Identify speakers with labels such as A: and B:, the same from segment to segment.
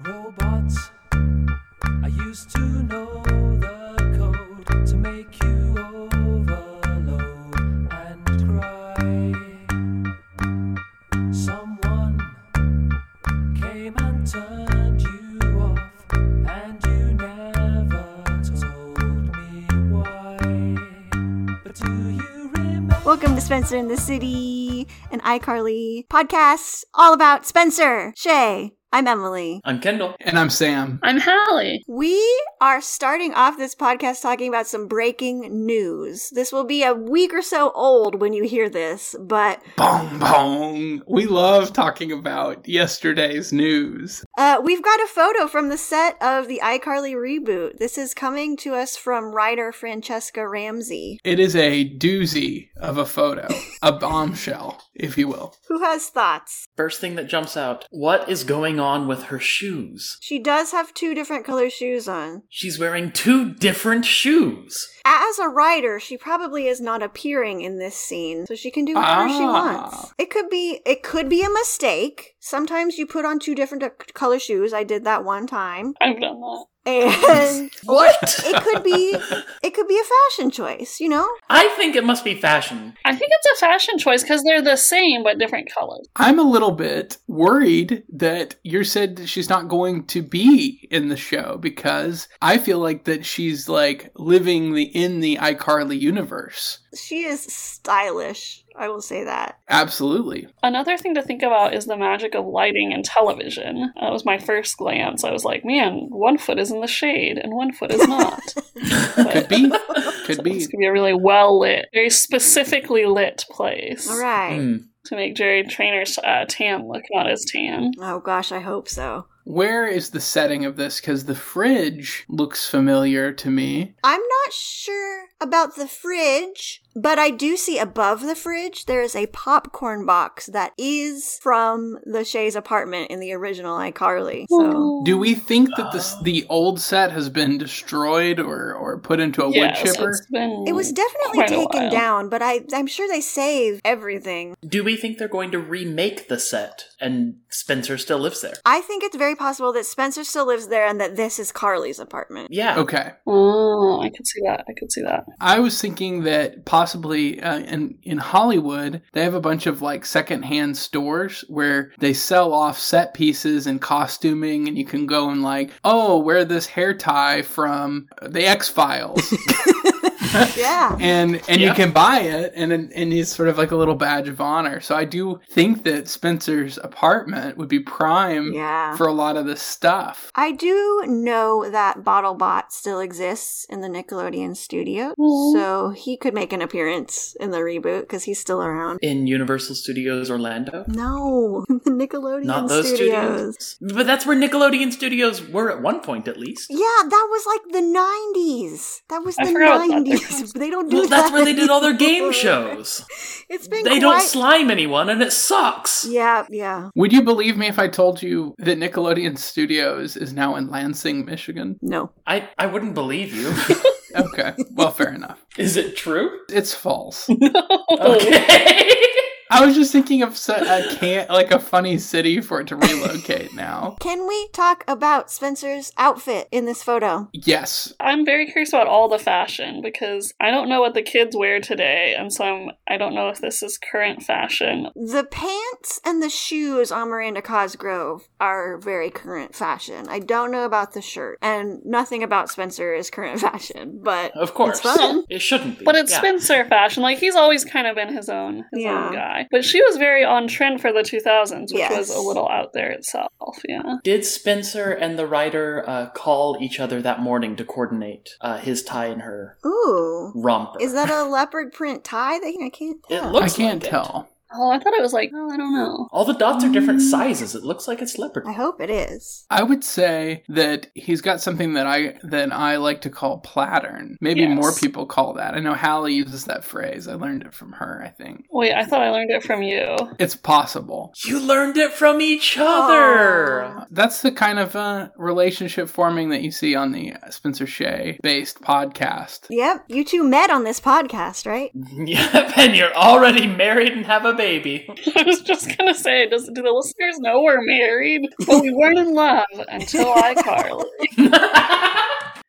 A: Robots, I used to know the code to make you overload and cry. Someone came and turned you off, and you never told me why. But do you remember?
B: Welcome to Spencer in the City, an iCarly podcast all about Spencer. Shay, I'm Emily.
C: I'm Kendall.
D: And I'm Sam.
E: I'm Hallie.
B: We are starting off this podcast talking about some breaking news. This will be a week or so old when you hear this, but
D: Bong bong. We love talking about yesterday's news.
B: uh, we've got a photo from the set of the iCarly reboot. This is coming to us from writer Francesca Ramsey,
D: It is a doozy of a photo, a bombshell, if you will.
B: who has thoughts.
C: First thing that jumps out what is going on with her shoes?
B: She does have two different color shoes on.
C: She's wearing two different shoes.
B: As a writer, she probably is not appearing in this scene, so she can do whatever she
D: Ah.
B: wants. It could be it could be a mistake. Sometimes you put on two different uh, color shoes. I did that one time.
E: I've done that.
B: And
C: What?
B: it could be it could be a fashion choice, you know?
C: I think it must be fashion.
E: I think it's a fashion choice because they're the same but different colors.
D: I'm a little bit worried that you said that she's not going to be in the show because I feel like that she's like living the in the iCarly universe.
B: She is stylish. I will say that.
D: Absolutely.
E: Another thing to think about is the magic of lighting and television. That was my first glance. I was like, man, one foot is in the shade and one foot is not.
D: Could be. Could be.
E: It's going to be a really well lit, very specifically lit place
B: All right.
C: Hmm.
E: to make Jerry Trainer's uh, tan look not as tan.
B: Oh gosh, I hope so.
D: Where is the setting of this? Because the fridge looks familiar to me.
B: I'm not sure about the fridge, but I do see above the fridge there is a popcorn box that is from the Shay's apartment in the original iCarly. So
D: Do we think that this the old set has been destroyed or or put into a
E: Yes,
D: wood chipper?
E: it's been
B: it was definitely
E: quite a
B: taken
E: while.
B: down, but I, I'm sure they save everything.
C: Do we think they're going to remake the set and Spencer still lives there?
B: I think it's very possible that Spencer still lives there and that this is Carly's apartment.
C: Yeah.
D: Okay,
E: Oh, I could see that. I could see that.
D: I was thinking that possibly uh, in in Hollywood they have a bunch of like secondhand stores where they sell off set pieces and costuming, and you can go and like, oh, wear this hair tie from the X Files,
B: Yeah.
D: and and
C: Yeah.
D: you can buy it, and and it's sort of like a little badge of honor. So I do think that Spencer's apartment would be
E: Um,
D: prime
B: Yeah.
D: for a lot of this stuff.
B: I do know that BottleBot still exists in the Nickelodeon studio,
E: Aw.
B: so he could make an appearance in the reboot because he's still around.
C: In Universal Studios Orlando?
B: No, the Nickelodeon
C: Not those
B: studios.
C: studios. But that's where Nickelodeon Studios were at one point, at least.
B: Yeah, that was like the '90s. That was
E: I
B: the
E: forgot about that.
B: '90s. They don't do
C: Well,
B: that.
C: that's where they did all their game
B: anymore.
C: shows.
B: It's been
C: They
B: quite...
C: don't slime anyone, and it sucks.
B: Yeah, yeah.
D: Would you believe me if I told you that Nickelodeon Studios is now in Lansing, Michigan?
B: No.
C: I, I wouldn't believe you.
D: Okay, well, fair enough.
C: Is it true?
D: It's false.
C: Okay.
D: I was just thinking of so- a can like a funny city for it to relocate now.
B: Can we talk about Spencer's outfit in this photo?
D: Yes,
E: I'm very curious about all the fashion because I don't know what the kids wear today, and so I'm I don't know if this is current fashion.
B: The pants and the shoes on Miranda Cosgrove are very current fashion. I don't know about the shirt, and nothing about Spencer is current fashion, but
C: Of course.
B: It's fun.
C: It shouldn't be.
E: But it's
C: yeah.
E: Spencer fashion. Like he's always kind of been his own his
B: Yeah.
E: own guy. But she was very on trend for the 2000s, which
B: Yes.
E: was a little out there itself. Yeah.
C: Did Spencer and the writer uh, call each other that morning to coordinate uh, his tie and her
B: ooh,
C: romper?
B: is that a leopard print tie? That I can't.
C: Oh. It
B: tell.
D: I
C: looks
D: can't
C: like it.
D: tell.
E: Oh, I thought it was like oh, I don't know.
C: All the dots are different sizes. It looks like it's leopard.
B: I hope it is.
D: I would say that he's got something that I that I like to call plattern. Maybe
E: Yes.
D: more people call that. I know Hallie uses that phrase. I learned it from her. I think
E: Wait, I thought I learned it from you.
D: it's possible.
C: You learned it from each other.
B: Aw.
D: That's the kind of uh, relationship forming that you see on the Spencer Shea based podcast.
B: Yep, you two met on this podcast, right?
C: Yep, and you're already married and have a baby.
E: I was just gonna say, does do the listeners know we're married? But we weren't in love until iCarly.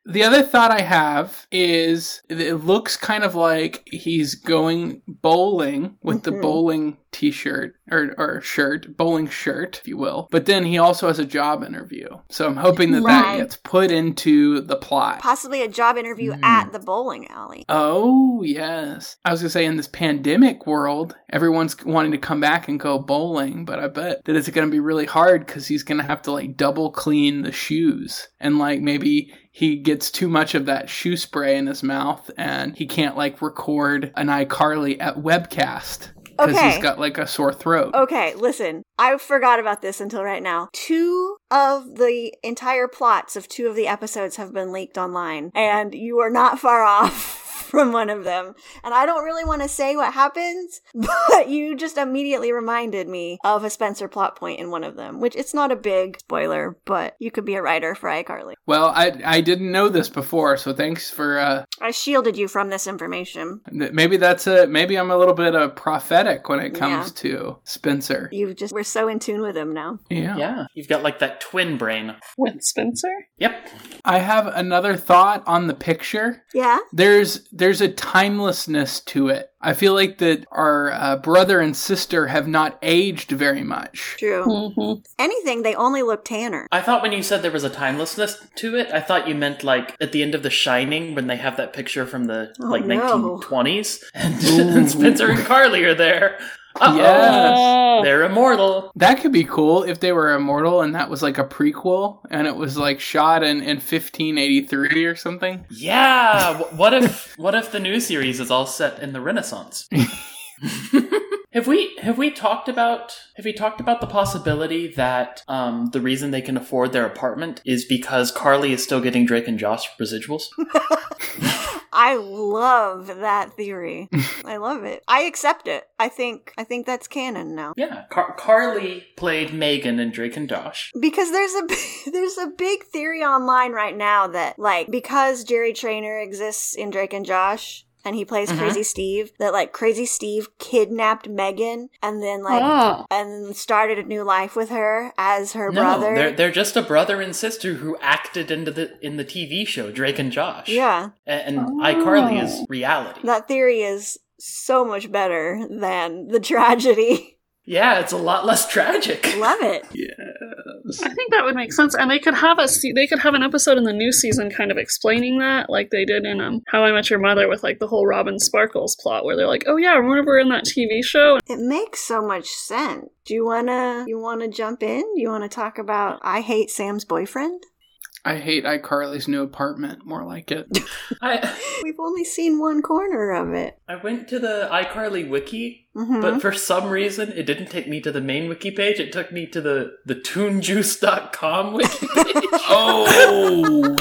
D: The other thought I have is it looks kind of like he's going bowling with the
B: Mhm.
D: bowling t-shirt or, or shirt, bowling shirt, if you will. But then he also has a job interview. So I'm hoping that that
B: Right.
D: gets put into the plot.
B: Possibly a job interview
C: Hmm.
B: at the bowling alley.
D: Oh, yes. I was going to say in this pandemic world, everyone's wanting to come back and go bowling, but I bet that it's going to be really hard cuz he's going to have to like double clean the shoes. And like maybe he gets too much of that shoe spray in his mouth and he can't like record an iCarly at webcast cuz
B: Okay.
D: he's got like a sore throat.
B: Okay, listen. I forgot about this until right now. Two of the entire plots of two of the episodes have been leaked online, and you are not far off. From one of them. And I don't really want to say what happens, but you just immediately reminded me of a Spencer plot point in one of them, which it's not a big spoiler, but you could be a writer for iCarly.
D: Well, I I didn't know this before, so thanks for uh
B: I shielded you from this information.
D: th- maybe that's a maybe I'm a little bit uh, prophetic when it comes to Spencer.
B: You just we're so in tune with him now.
D: Yeah.
C: yeah, you've got like that twin brain.
E: With Spencer?
C: Yep.
D: I have another thought on the picture.
B: Yeah?
D: There's there's a timelessness to it. I feel like that our uh, brother and sister have not aged very much.
C: Hmm.
B: True.
E: Mm-hmm.
B: Anything, they only look tanner.
C: I thought when you said there was a timelessness to it, I thought you meant like at the end of The Shining when they have that picture from the
B: Oh,
C: like
B: no.
C: 1920s and,
D: Ooh.
C: and Spencer and Carly are there. Uh-oh.
D: Yeah.
E: Oh.
C: They're immortal.
D: That could be cool if they were immortal and that was like a prequel and it was like shot in, in 1583 or something.
C: Yeah. wh- What if what if the new series is all set in the Renaissance? have we have we talked about have we talked about the possibility that um, the reason they can afford their apartment is because Carly is still getting Drake and Josh residuals?
B: I love that theory. I love it. I accept it. I think I think that's canon now.
C: Yeah, Car- Carly played Megan in Drake and Josh.
B: Because there's a b- there's a big theory online right now that like because Jerry Trainer exists in Drake and Josh and he plays
C: Mhm.
B: Crazy Steve that like Crazy Steve kidnapped Megan and then like
E: Ah.
B: and started a new life with her as her
C: Oh. no,
B: brother.
C: they're they're just a brother and sister who acted into the in the TV show Drake and Josh.
B: yeah.
C: A- and,
E: Oh.
C: iCarly is reality.
B: That theory is so much better than the tragedy.
C: yeah, it's a lot less tragic.
B: Love it.
D: Yes.
E: I think that would make sense, and they could have a se- they could have an episode in the new season, kind of explaining that, like they did in um, How I Met Your Mother, with like the whole Robin Sparkles plot, where they're like, "Oh yeah, remember in that TV show?"
B: It makes so much sense. Do you wanna you wanna jump in? You wanna talk about I hate Sam's boyfriend?
D: I hate iCarly's new apartment, more like it.
C: I
B: We've only seen one corner of it.
C: I went to the iCarly wiki,
B: hmm
C: but for some reason it didn't take me to the main wiki page. It took me to the the ToonJuice.com wiki page.
D: oh!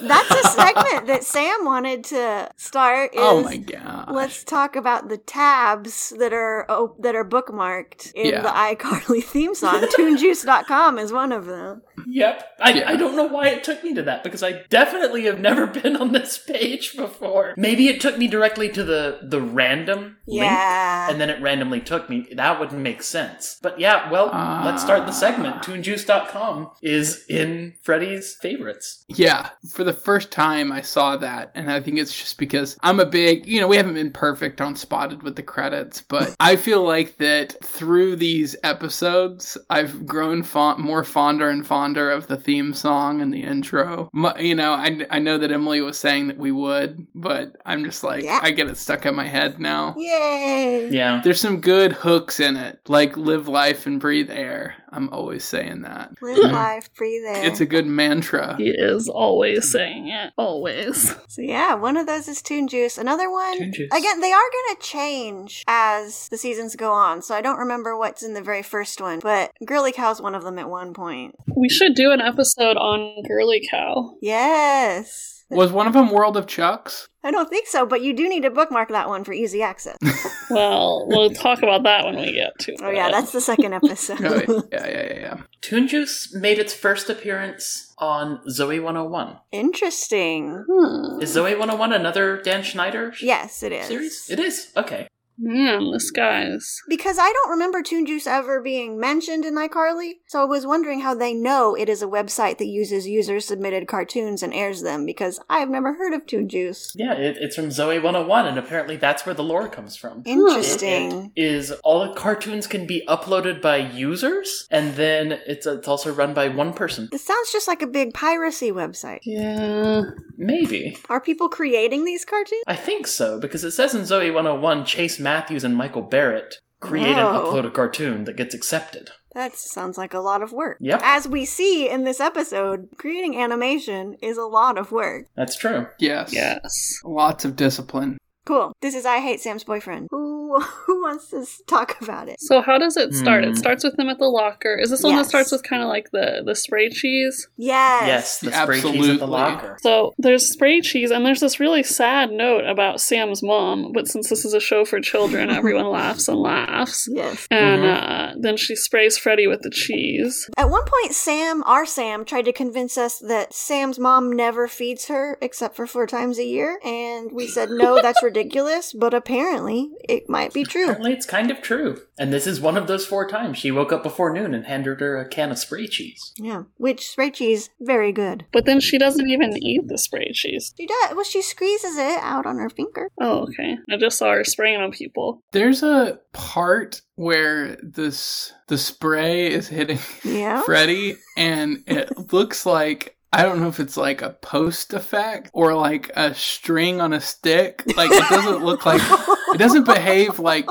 B: That's a segment that Sam wanted to start. Is,
D: oh my god.
B: Let's talk about the tabs that are oh, that are bookmarked in
D: Yeah.
B: the iCarly theme song. TuneJuice.com is one of them.
C: Yep. I,
D: Yeah.
C: I don't know why it took me to that because I definitely have never been on this page before. Maybe it took me directly to the the random link
B: Yeah.
C: and then it randomly took me. That wouldn't make sense. But yeah, well, let's start the
B: Ah.
C: segment. ToonJuice.com is in Freddy's favorites.
D: Yeah, for the first time I saw that, and I think it's just because I'm a big, you know, we haven't been perfect on Spotted with the credits, but I feel like that through these episodes, I've grown fond- more fonder and fonder of the theme song and the intro. Mu you know, I, I know that Emily was saying that we would, but I'm just like,
B: Yeah.
D: I get it stuck in my head now.
B: Yay.
C: Yeah.
D: There's some good hooks in it, like live life and breathe air. I'm always saying that.
B: Live life, breathe air.
D: It's a good mantra.
E: He is always saying it, always.
B: So yeah, one of those is Toon Juice. Another one
C: Toon Juice.
B: again. They are going to change as the seasons go on. So I don't remember what's in the very first one, but Girly Cow's one of them at one point.
E: We should do an episode on Girly Cow.
B: Yes,
D: Was one of them World of Chucks?
B: I don't think so, but you do need to bookmark that one for easy access.
E: Well, we'll talk about that when we get to.
B: Oh yeah,
E: it.
B: that's the second episode.
D: Oh, yeah, yeah, yeah, yeah.
C: ToonJuice made its first appearance on Zoe 101.
B: Interesting.
E: Hmm.
C: Is Zoe 101 another Dan Schneider sh-
B: Yes, it is.
C: series? It is. Okay.
E: Man, this guy's.
B: Because I don't remember Toon Juice ever being mentioned in iCarly, so I was wondering how they know it is a website that uses user submitted cartoons and airs them, because I've never heard of Toon Juice.
C: Yeah, it, it's from Zoe 101, and apparently that's where the lore comes from.
B: Interesting.
C: Is all cartoons can be uploaded by users, and then it's, it's also run by one person.
B: This sounds just like a big piracy website.
E: Yeah.
C: Maybe.
B: Are people creating these cartoons?
C: I think so, because it says in Zoe 101 Chase Matthews and Michael Barrett create and
B: Whoa.
C: upload a cartoon that gets accepted.
B: That sounds like a lot of work.
C: Yep.
B: As we see in this episode, creating animation is a lot of work.
C: That's true.
D: Yes.
E: Yes.
D: Lots of discipline.
B: Cool. This is I Hate Sam's Boyfriend. Who, who wants to s- talk about it?
E: So how does it start?
C: Hmm.
E: It starts with them at the locker. Is this the one that
B: Yes.
E: starts with kind of like the the spray cheese?
C: Yes,
B: Yes.
C: the spray cheese at the
D: Absolutely.
C: locker.
E: So there's spray cheese, and there's this really sad note about Sam's mom. But since this is a show for children, everyone laughs and laughs.
B: Yes.
E: And uh, then she sprays Freddy with the cheese.
B: At one point, Sam, our Sam, tried to convince us that Sam's mom never feeds her except for four times a year. And we said, no, that's ridiculous. But apparently, it might be true.
C: Apparently, it's kind of true. And this is one of those four times she woke up before noon and handed her a can of spray cheese.
B: Yeah. Which, spray cheese, very good.
E: But then she doesn't even eat the spray cheese.
B: She does. Well, she squeezes it out on her finger.
E: Oh, okay. I just saw her spraying on people.
D: There's a part where this the spray is hitting
B: Yeah.
D: Freddy, and it looks like I don't know if it's like a post effect or like a string on a stick. Like it doesn't look like it doesn't behave like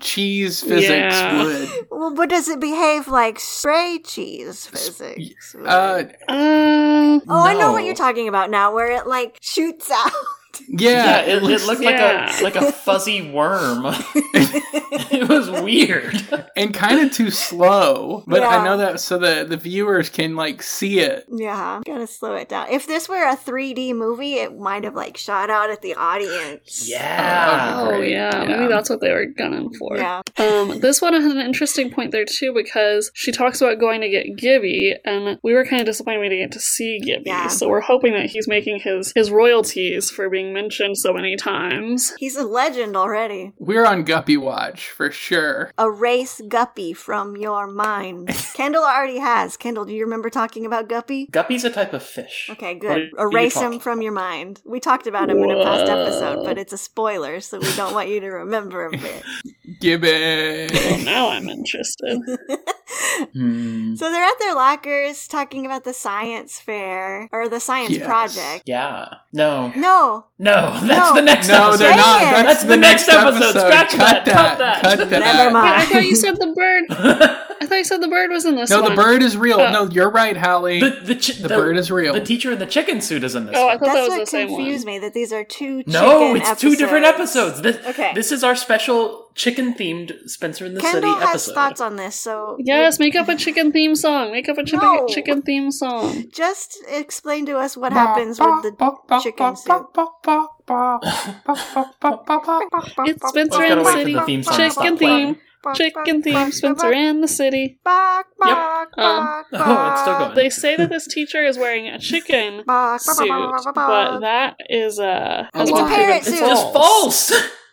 D: cheese physics
E: Yeah.
D: would.
B: Well, but does it behave like spray cheese physics?
D: Uh,
E: Uh,
B: oh, I know
D: no.
B: what you're talking about now, where it like shoots out.
D: yeah,
C: it, it looked
E: yeah.
C: like a like a fuzzy worm. it was weird.
D: and kind of too slow. But
B: Yeah.
D: I know that so that the viewers can like see it.
B: yeah, gotta slow it down. If this were a 3D movie, it might have like shot out at the audience.
C: Yeah.
E: oh,
D: Great,
E: yeah. Maybe
D: yeah.
E: that's what they were gunning for.
B: Yeah.
E: Um, this one has an interesting point there too because she talks about going to get Gibby, and we were kind of disappointed we didn't get to see Gibby.
B: Yeah.
E: So we're hoping that he's making his his royalties for being mentioned so many times.
B: He's a legend already.
D: We're on Guppy Watch for sure.
B: Erase Guppy from your mind. Kendall already has. Kendall, do you remember talking about Guppy?
C: Guppy's a type of fish.
B: Okay,
C: What are
B: good.
C: you
B: Erase him
C: talking
B: from your mind. We talked about him in a past
E: Whoa.
B: episode, but it's a spoiler, so we don't want you to remember it.
D: Gibby.
E: Well, now I'm interested.
C: Hmm.
B: So they're at their lockers talking about the science fair or the science
D: Yes.
B: project.
C: Yeah. No.
B: No,
C: No, that's
B: No.
C: the next
D: No,
C: episode.
D: they're not.
B: Dang it.
D: That's,
C: That's the next episode. Scratch that.
D: Cut
C: Cut that.
D: Cut that.
B: never mind.
E: I thought you said the bird. I thought you said the bird was in this
D: No,
E: one.
D: the bird is real.
E: Oh.
D: No, you're right, Hallie.
C: the the, chi-
D: The bird is real.
C: The teacher in the chicken suit is in this.
E: Oh, I
C: one.
E: thought that
B: that's
E: was the
B: what
E: same one.
B: confused me that these are two
C: No,
B: chicken
C: it's two different episodes. This,
B: Okay.
C: this is our special chicken themed Spencer in the
B: Kendall
C: City
B: has
C: episode.
B: thoughts on this, so
E: Yes, make up a chicken theme song. Make up a chicken
B: No.
E: chicken theme song.
B: just explain to us what happens with the chicken suit.
E: It's
C: Well,
E: Spencer
C: it's
E: and
C: gotta
E: the
C: wait for
E: City.
C: the theme song to
E: Chicken
C: stop
E: theme.
C: playing.
E: Chicken theme. Spencer and the City.
B: Bok,
C: Yep.
B: bok,
E: Um,
B: bok,
C: Oh, it's still going.
E: They say that this teacher is wearing a chicken
B: bok, bok,
E: suit,
B: bok, bok, bok,
E: but
B: bok.
E: that is uh, has
D: It's
E: been
D: a
E: proven
B: parrot suit.
C: It's false.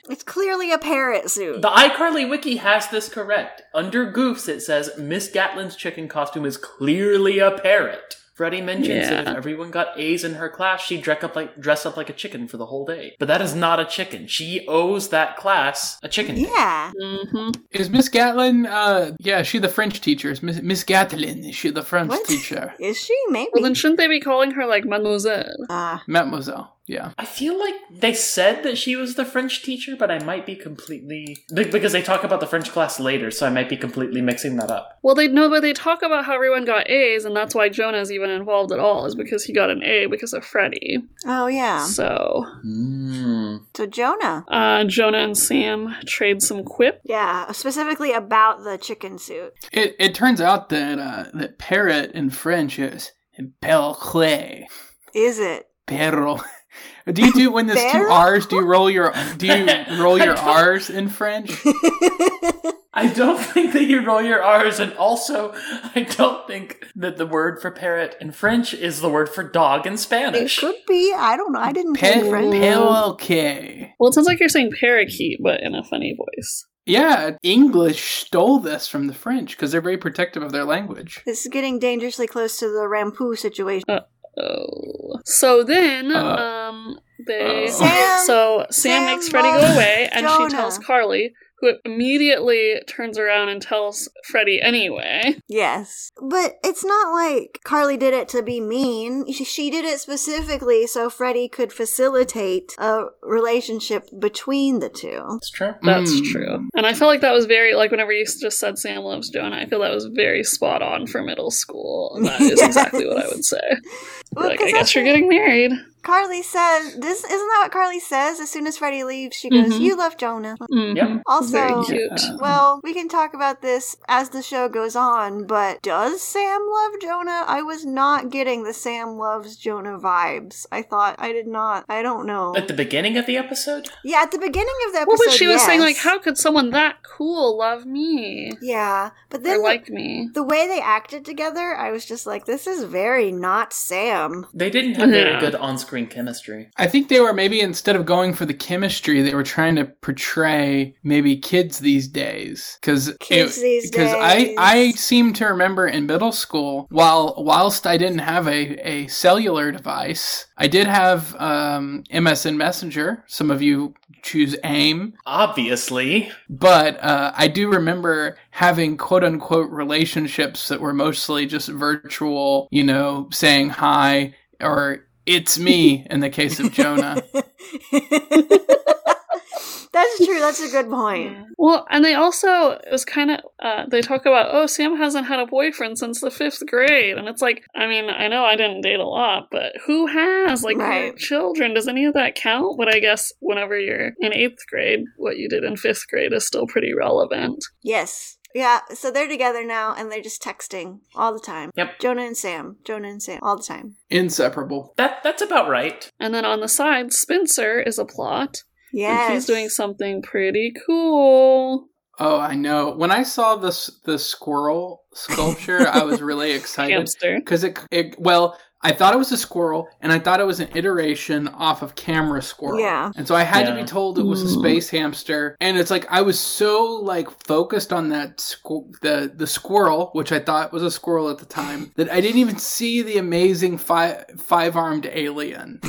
B: It's clearly a parrot suit.
C: the iCarly wiki has this correct. Under goofs, it says Miss Gatlin's chicken costume is clearly a parrot. Freddie mentions that if
E: Yeah.
C: everyone got A's in her class, she'd dress up like dress up like a chicken for the whole day. But that is not a chicken. She owes that class a chicken.
B: yeah.
E: Mhm.
D: Is Miss Gatlin? Uh, yeah, she the French teacher. Is Miss, Miss Gatlin? Is she the French
B: What?
D: teacher?
B: Is she? Maybe.
E: Well, then shouldn't they be calling her like Mademoiselle?
B: Ah.
D: Mademoiselle. Yeah.
C: I feel like they said that she was the French teacher, but I might be completely be- because they talk about the French class later, so I might be completely mixing that up.
E: Well, they know, but they talk about how everyone got A's, and that's why Jonah's even involved at all, is because he got an A because of Freddy.
B: oh, yeah.
E: So
B: So Jonah.
E: uh, Jonah and Sam trade some quip.
B: Yeah, specifically about the chicken suit.
D: It it turns out that uh, that parrot in French is belle clay.
B: Is it?
D: Perro. Do you do when there's two
B: Perro?
D: R's? Do you roll your do you roll your R's in French?
C: I don't think that you roll your R's, and also, I don't think that the word for parrot in French is the word for dog in
B: It
C: Spanish.
B: could be. I don't know. I didn't
D: Pe-
B: pay French.
D: Parakeet.
E: Well, it sounds like you're saying parakeet, but in a funny voice.
D: Yeah, English stole this from the French because they're very protective of their language.
B: This is getting dangerously close to the Rampoo situation.
E: Oh. So then,
D: Uh,
E: um, they.
D: oh.
B: Sam-
E: so
B: Sam
E: Sam, makes Freddy go
B: loves
E: away, and
B: Jonah.
E: she tells Carly, who immediately turns around and tells Freddy anyway.
B: Yes. But it's not like Carly did it to be mean. She, she did it specifically so Freddy could facilitate a relationship between the two.
C: That's true.
E: That's
D: Mm.
E: true. And I felt like that was very, like, whenever you just said Sam loves Jonah, I feel that was very spot on for middle school. That is exactly what I would say.
B: Well,
E: like,
B: 'cause
E: I guess
B: that's
E: you're
B: what
E: getting married.
B: Carly says this isn't that what Carly says? As soon as Freddy leaves, she goes,
E: Mhm.
B: "You love Jonah."
E: Mhm.
C: Yep.
B: Also, uh,
E: Very cute.
B: well, we can talk about this as the show goes on, but does Sam love Jonah? I was not getting the Sam loves Jonah vibes. I thought I did not. I don't know.
C: At the beginning of the episode?
B: Yeah, at the beginning of the episode,
E: Well, but she was saying, like,
B: yes.
E: how could someone that cool love me?
B: Yeah, but
E: Or
B: then
E: like me.
B: the way they acted together, I was just like, this is very not Sam.
C: They didn't have very
D: Mm-hmm.
E: Yeah.
C: good on screen chemistry.
D: I think they were maybe instead of going for the chemistry, they were trying to portray maybe kids these days. Because
B: Kids these
D: I
B: days.
D: I seem to remember in middle school, while whilst I didn't have a, a cellular device, I did have um, MSN Messenger. Some of you choose AIM,
C: Obviously.
D: but uh, I do remember having quote unquote relationships that were mostly just virtual. You know, saying hi or it's me in the case of Jonah.
B: That's true. That's a good point.
E: Well, and they also, it was kind of, uh, they talk about, oh, Sam hasn't had a boyfriend since the fifth grade. And it's like, I mean, I know I didn't date a lot, but who has? Like, we're
B: Right.
E: children, does any of that count? But I guess whenever you're in eighth grade, what you did in fifth grade is still pretty relevant.
B: Yes. Yeah, so they're together now and they're just texting all the time.
C: Yep.
B: Jonah and Sam. Jonah and Sam. All the time.
D: Inseparable.
C: That that's about right.
E: And then on the side, Spencer is a plot.
B: Yes.
E: And he's doing something pretty cool.
D: Oh, I know. When I saw this the squirrel sculpture, I was really excited
E: Hamster.
D: because it, it well, I thought it was a squirrel, and I thought it was an iteration off of camera squirrel.
B: Yeah.
D: And so I had to
C: Yeah.
D: be told it was a
E: Mm.
D: space hamster, and it's like I was so like focused on that squ- the the squirrel, which I thought was a squirrel at the time, that I didn't even see the amazing five five armed alien.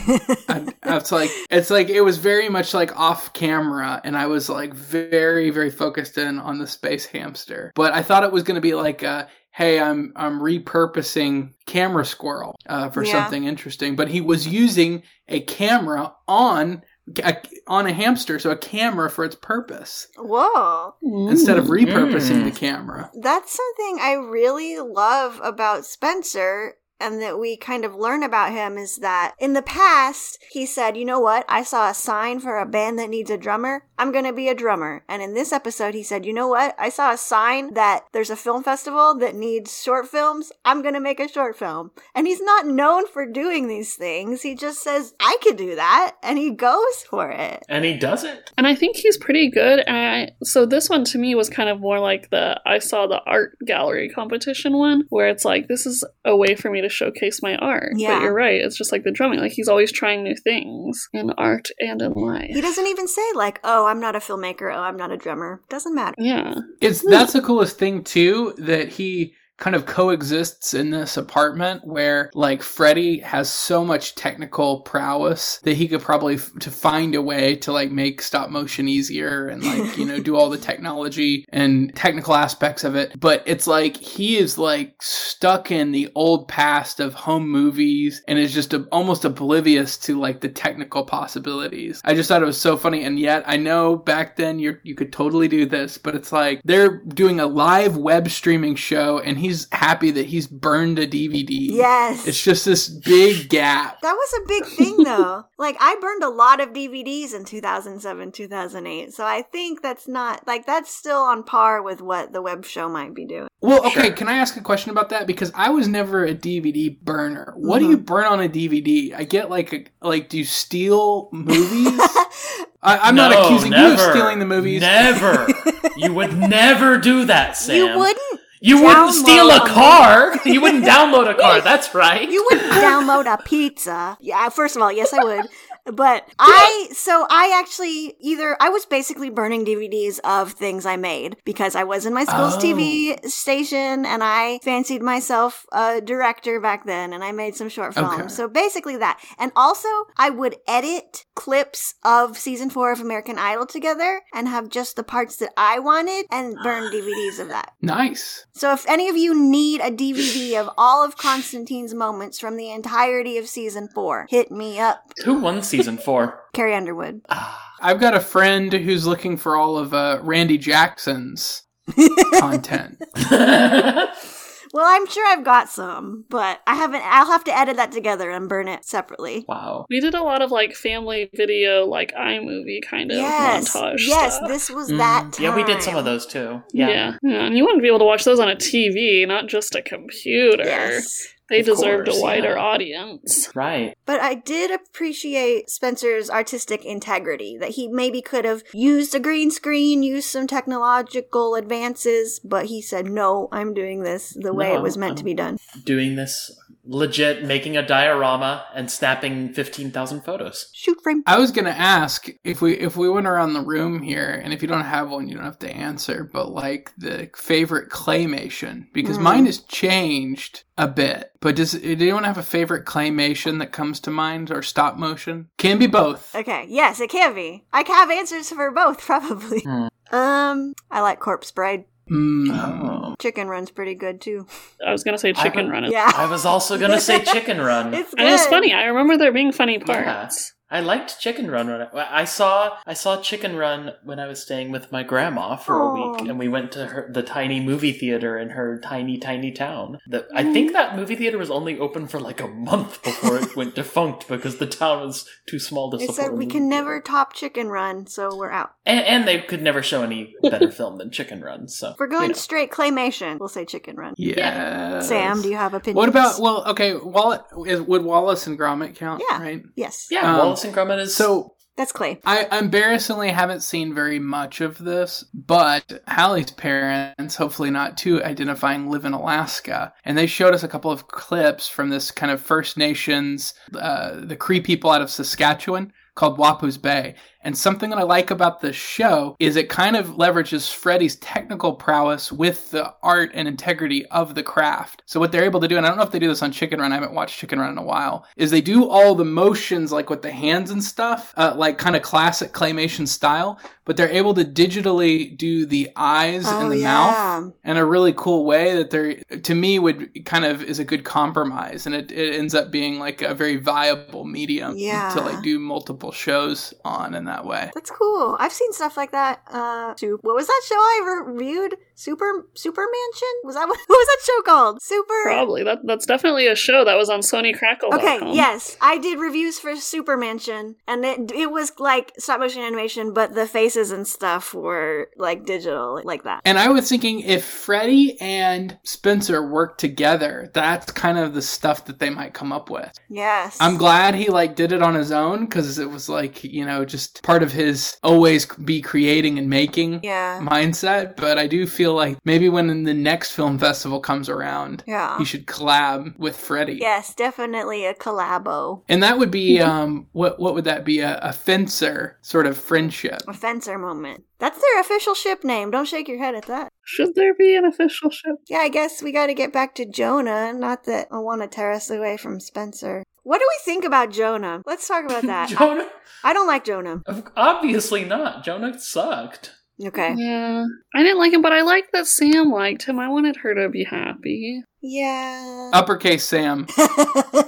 D: I, it's like it's like it was very much like off camera, and I was like very very focused in on the space hamster. But I thought it was going to be like a hey, I'm I'm repurposing camera squirrel uh, for
B: Yeah.
D: something interesting. But he was using a camera on a, on a hamster, so a camera for its purpose
B: Whoa.
D: instead of repurposing
C: Mm.
D: the camera.
B: That's something I really love about Spencer and that we kind of learn about him is that in the past he said, "You know what? I saw a sign for a band that needs a drummer. I'm going to be a drummer." And in this episode he said, "You know what? I saw a sign that there's a film festival that needs short films. I'm going to make a short film." And he's not known for doing these things. He just says, "I could do that." And he goes for it.
C: And he does it.
E: And I think he's pretty good. And I, so this one to me was kind of more like the I saw the art gallery competition one, where it's like this is a way for me to showcase my art.
B: Yeah.
E: But you're right; it's just like the drumming. Like he's always trying new things in art and in life.
B: He doesn't even say like, "Oh, I'm not a filmmaker. Oh, I'm not a drummer." Doesn't matter.
E: Yeah.
D: It's that's the coolest thing too that he kind of coexists in this apartment where like Freddy has so much technical prowess that he could probably f- to find a way to like make stop motion easier and like you know do all the technology and technical aspects of it but it's like he is like stuck in the old past of home movies and is just ob- almost oblivious to like the technical possibilities i just thought it was so funny and yet i know back then you you could totally do this but it's like they're doing a live web streaming show and he's happy that he's burned a dvd
B: Yes.
D: it's just this big gap
B: That was a big thing, though. like, I burned a lot of DVDs in 2007, 2008. So I think that's not, like, that's still on par with what the web show might be doing.
D: Well, okay,
C: Sure.
D: can I ask a question about that? Because I was never a DVD burner.
C: Mm-hmm.
D: What do you burn on a DVD? I get like, a, like, do you steal movies? I, I'm
C: No,
D: not accusing you of
C: never.
D: stealing the movies.
C: Never. you would never do that, Sam.
B: You wouldn't.
C: You wouldn't
B: download
C: steal
B: a
C: a
B: movie.
C: car. You wouldn't download a car. That's right.
B: You wouldn't download a pizza. Yeah, first of all, yes, I would. But I, so I actually either, I was basically burning DVDs of things I made because I was in my school's
D: Oh.
B: TV station and I fancied myself a director back then and I made some short films.
D: Okay.
B: So basically that. And also, I would edit clips of season four of American Idol together and have just the parts that I wanted and burn DVDs of that.
D: Nice.
B: So if any of you need a DVD of all of Constantine's moments from the entirety of season four, hit me up,
C: Who won season four?
B: Carrie Underwood.
C: Ah.
D: I've got a friend who's looking for all of uh, Randy Jackson's content.
B: Well, I'm sure I've got some, but I haven't. I'll have to edit that together and burn it separately.
C: wow.
E: We did a lot of like family video, like iMovie kind of
B: yes,
E: montage.
B: yes,
E: stuff.
B: this was
D: Mm.
B: that time.
C: Yeah, we did some of those too.
E: yeah.
C: Yeah.
E: yeah, And you want to be able to watch those on a TV, not just a computer.
B: Yes.
E: They
C: Of
E: deserved
C: course,
E: a wider
C: yeah.
E: audience.
C: Right.
B: But I did appreciate Spencer's artistic integrity, that he maybe could have used a green screen, used some technological advances, but he said, no, I'm doing this the way
C: No,
B: it was meant
C: I'm-
B: to be done.
C: Doing this legit, making a diorama and snapping 15,000 photos.
B: Shoot frame.
D: I was gonna ask if we if we went around the room here, and if you don't have one, you don't have to answer. But like the favorite claymation, because
B: Mm.
D: mine has changed a bit. But does, does anyone have a favorite claymation that comes to mind, or stop motion? Can be both.
B: Okay. Yes, it can be. I can have answers for both, probably.
C: Hmm.
B: Um, I like Corpse Bride.
D: Mm.
C: Oh.
B: Chicken Run's pretty good too.
E: I was gonna say Chicken
C: I-
E: Run. Is-
B: Yeah,
C: I was also going to say Chicken Run.
B: it's good.
E: And it's funny. I remember there being funny
C: Yeah.
E: parts.
C: I liked Chicken Run. When I, I saw I saw Chicken Run when I was staying with my grandma for
B: Aw.
C: a week, and we went to her, the tiny movie theater in her tiny, tiny town. That
B: Mm.
C: I think that movie theater was only open for like a month before it went defunct because the town was too small to
B: It
C: support.
B: said
C: a
B: we
C: movie
B: can
C: theater.
B: never top Chicken Run, so we're out.
C: and, and they could never show any better film than Chicken Run. So
B: If we're going
C: you know.
B: straight claymation, we'll say Chicken Run.
D: Yeah.
B: Sam, do you have opinions?
D: What about well? Okay, Wallace, would Wallace and Gromit count?
B: Yeah.
D: Right.
B: Yes,
C: yeah,
D: um,
C: Wallace and Gromit is
D: So
B: that's clay.
D: I embarrassingly haven't seen very much of this, but Hallie's parents, hopefully not too identifying, live in Alaska, and they showed us a couple of clips from this kind of First Nations, uh, the Cree people out of Saskatchewan called Wapu's Bay. And something that I like about this show is it kind of leverages Freddie's technical prowess with the art and integrity of the craft. So what they're able to do, and I don't know if they do this on Chicken Run, I haven't watched Chicken Run in a while, is they do all the motions like with the hands and stuff, uh, like kind of classic claymation style, but they're able to digitally do the eyes
B: Oh,
D: and the mouth in a really cool way that they're to me would kind of is a good compromise and it, it ends up being like a very viable medium
B: Yeah.
D: to like do multiple shows on in that way
B: That's cool. I've seen stuff like that. Uh, Sup- what was that show I reviewed? Super Super Mansion? Was that what, what was that show called? Super
E: Probably that. That's definitely a show that was on Sony Crackle.
B: Okay, yes, I did reviews for Super Mansion, and it it was like stop motion animation, but the faces and stuff were like digital, like that.
D: and i was thinking if freddie and spencer work together that's kind of the stuff that they might come up with
B: Yes,
D: i'm glad he like did it on his own because it was like you know just part of his always be creating and making
B: Yeah,
D: mindset but i do feel like maybe when the next film festival comes around
B: yeah,
D: You should collab with Freddie.
B: yes, definitely a collabo,
D: And that would be um what what would that be a, a fencer sort of friendship.
B: a fencer moment. That's their official ship name. Don't shake your head at that.
E: Should there be an official show?
B: Yeah, I guess we got to get back to Jonah. Not that I want to tear us away from Spencer. What do we think about Jonah? Let's talk about that. I,
C: Jonah.
B: I don't like Jonah.
C: Obviously not. Jonah sucked.
B: Okay.
E: Yeah, I didn't like him, but I liked that Sam liked him. I wanted her to be happy.
B: Yeah.
D: Uppercase Sam.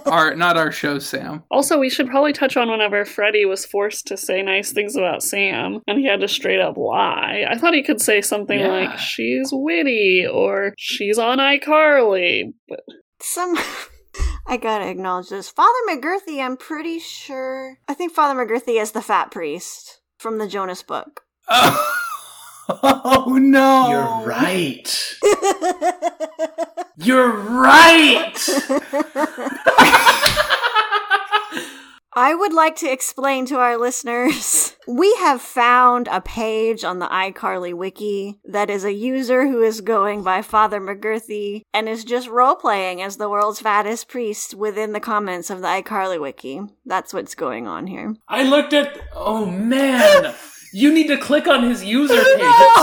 D: our not our show Sam.
E: Also, we should probably touch on whenever Freddy was forced to say nice things about Sam and he had to straight up lie. I thought he could say something
C: Yeah.
E: like, she's witty or she's on iCarly. But
B: some I gotta acknowledge this. Father McGurthy, I'm pretty sure I think Father McGurthy is the fat priest from the Jonas book.
D: Oh, no.
C: You're right. You're right.
B: I would like to explain to our listeners. We have found a page on the iCarly wiki that is a user who is going by Father McGurthy and is just role playing as the world's fattest priest within the comments of the iCarly wiki. That's what's going on here.
C: I looked at. Oh man, you need to click on his user page. It's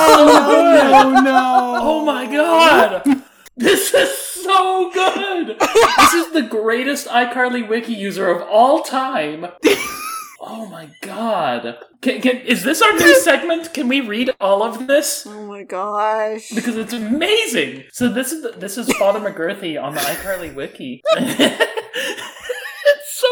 C: so good.
D: Oh no!
C: Oh my god! This is so good! This is the greatest iCarly wiki user of all time. Oh my god. Can, can, is this our new segment? Can we read all of this?
B: Oh my gosh.
C: Because it's amazing. So this is the, this is Father McGurthy on the iCarly wiki. it's so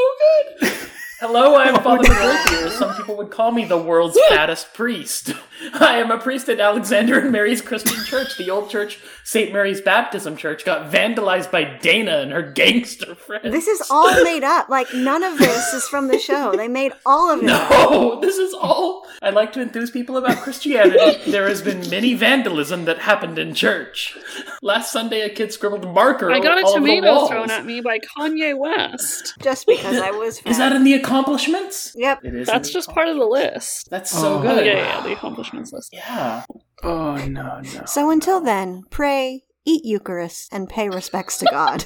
C: good. Oh Hello, I am Father McGurthy, or as some people would call me the world's fattest priest. I am a priest at Alexander and Mary's Christian Church. The old church, St. Mary's Baptism Church, got vandalized by Dana and her gangster friends.
B: This is all made up. Like, none of this is from the show. They made all of it. up.
C: No, this is all. I like to enthuse people about Christianity. there has been many vandalism that happened in church. Last Sunday, a kid scribbled marker.
E: I got
C: on
E: a
C: all of the
E: tomato
C: walls.
E: thrown at me by Kanye West.
B: Just because I was fat.
C: Is that in the accomplishments?
B: Yep.
C: It is.
E: That's
C: in the
E: just part of the list.
C: That's so
D: Oh.
E: Oh,
C: good.
E: yeah, yeah, the accomplishments list.
C: Yeah.
D: Oh no no!
B: So until then, pray, eat Eucharist, and pay respects to God.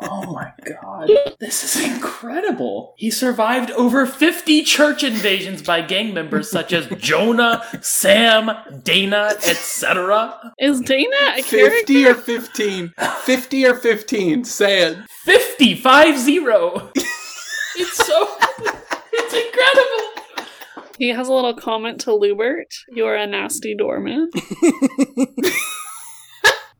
C: Oh my god. This is incredible. He survived over 50 church invasions by gang members such as Jonah, Sam, Dana, etc.
E: Is Dana a character?
D: Fifty or fifteen? Fifty or fifteen? Say it.
C: 50 five, zero. It's so It's incredible.
E: He has a little comment to Lubert. You're a nasty doorman.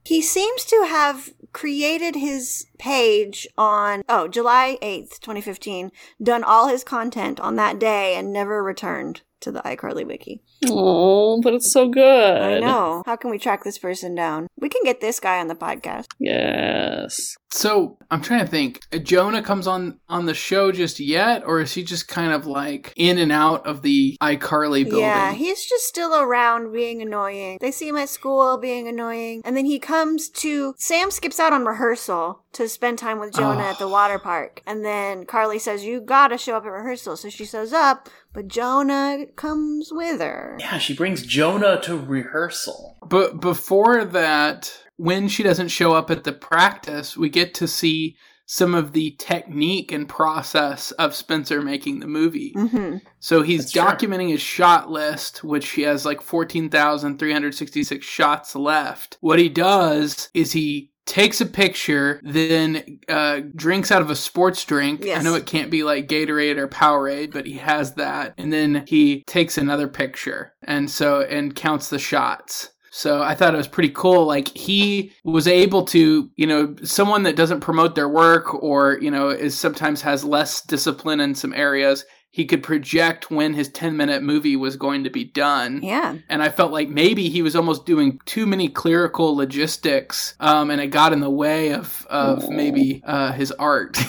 B: he seems to have created his page on oh July 8th, 2015, done all his content on that day and never returned to the iCarly wiki.
E: Oh, but it's so
C: Uh,
E: good.
B: I know. How can we track this person down? We can get this guy on the podcast.
E: Yes.
D: So I'm trying to think. Jonah comes on on the show just yet, or is he just kind of like in and out of the iCarly building?
B: Yeah, he's just still around being annoying. They see him at school being annoying. And then he comes to Sam skips out on rehearsal to spend time with Jonah
D: Ah.
B: at the water park. And then Carly says, You gotta show up at rehearsal. So she shows up, but Jonah comes with her.
C: Yeah, she brings Jonah to rehearsal.
D: But before that, when she doesn't show up at the practice, we get to see some of the technique and process of Spencer making the movie.
B: hmm
D: So he's
C: That's true.
D: documenting his shot list, which he has like 14,366 shots left. What he does is he takes a picture, then uh, drinks out of a sports drink.
B: Yes.
D: I know it can't be like Gatorade or Powerade, but he has that. And then he takes another picture and so, and counts the shots. So I thought it was pretty cool. Like he was able to, you know, someone that doesn't promote their work or, you know, is sometimes has less discipline in some areas he could project when his 10 minute movie was going to be done.
B: Yeah.
D: And I felt like maybe he was almost doing too many clerical logistics um, and it got in the way of, of maybe uh, his art.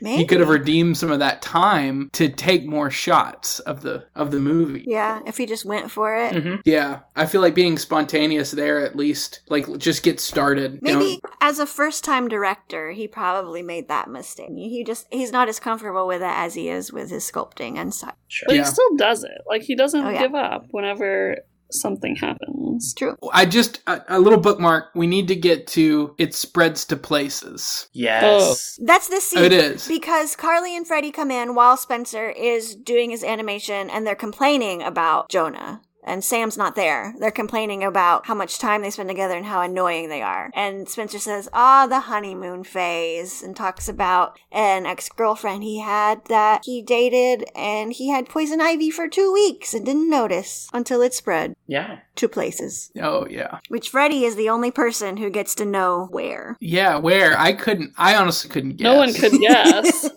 B: Maybe.
D: he could have redeemed some of that time to take more shots of the of the movie.
B: yeah, if he just went for it.
C: Mm-hmm.
D: Yeah, I feel like being spontaneous there at least, like just get started.
B: Maybe
D: Don't-
B: as a first time director, he probably made that mistake. He just, he's not as comfortable with it as he is with his sculpting and such.
E: But
D: Yeah.
E: he still does it. Like he doesn't
B: Oh, yeah.
E: give up whenever something happens.
B: True.
D: I just a, a little bookmark. We need to get to it spreads to places.
E: Oh.
C: Yes.
B: That's the scene.
D: Oh, It is.
B: Because Carly and Freddie come in while Spencer is doing his animation and they're complaining about Jonah. And Sam's not there. They're complaining about how much time they spend together and how annoying they are. And Spencer says, ah, the honeymoon phase, and talks about an ex girlfriend he had that he dated and he had poison ivy for two weeks and didn't notice until it spread
C: Yeah.
B: to places.
D: Oh yeah.
B: Which Freddie is the only person who gets to know where.
D: Yeah, where? I couldn't I honestly couldn't guess.
E: No one could guess.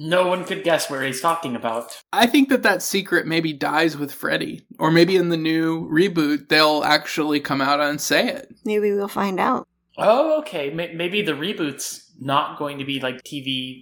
C: No one could guess where he's talking about.
D: I think that that secret maybe dies with Freddy or maybe in the new reboot they'll actually come out and say it.
B: Maybe we'll find out.
C: Oh, okay. May maybe the reboot's not going to be like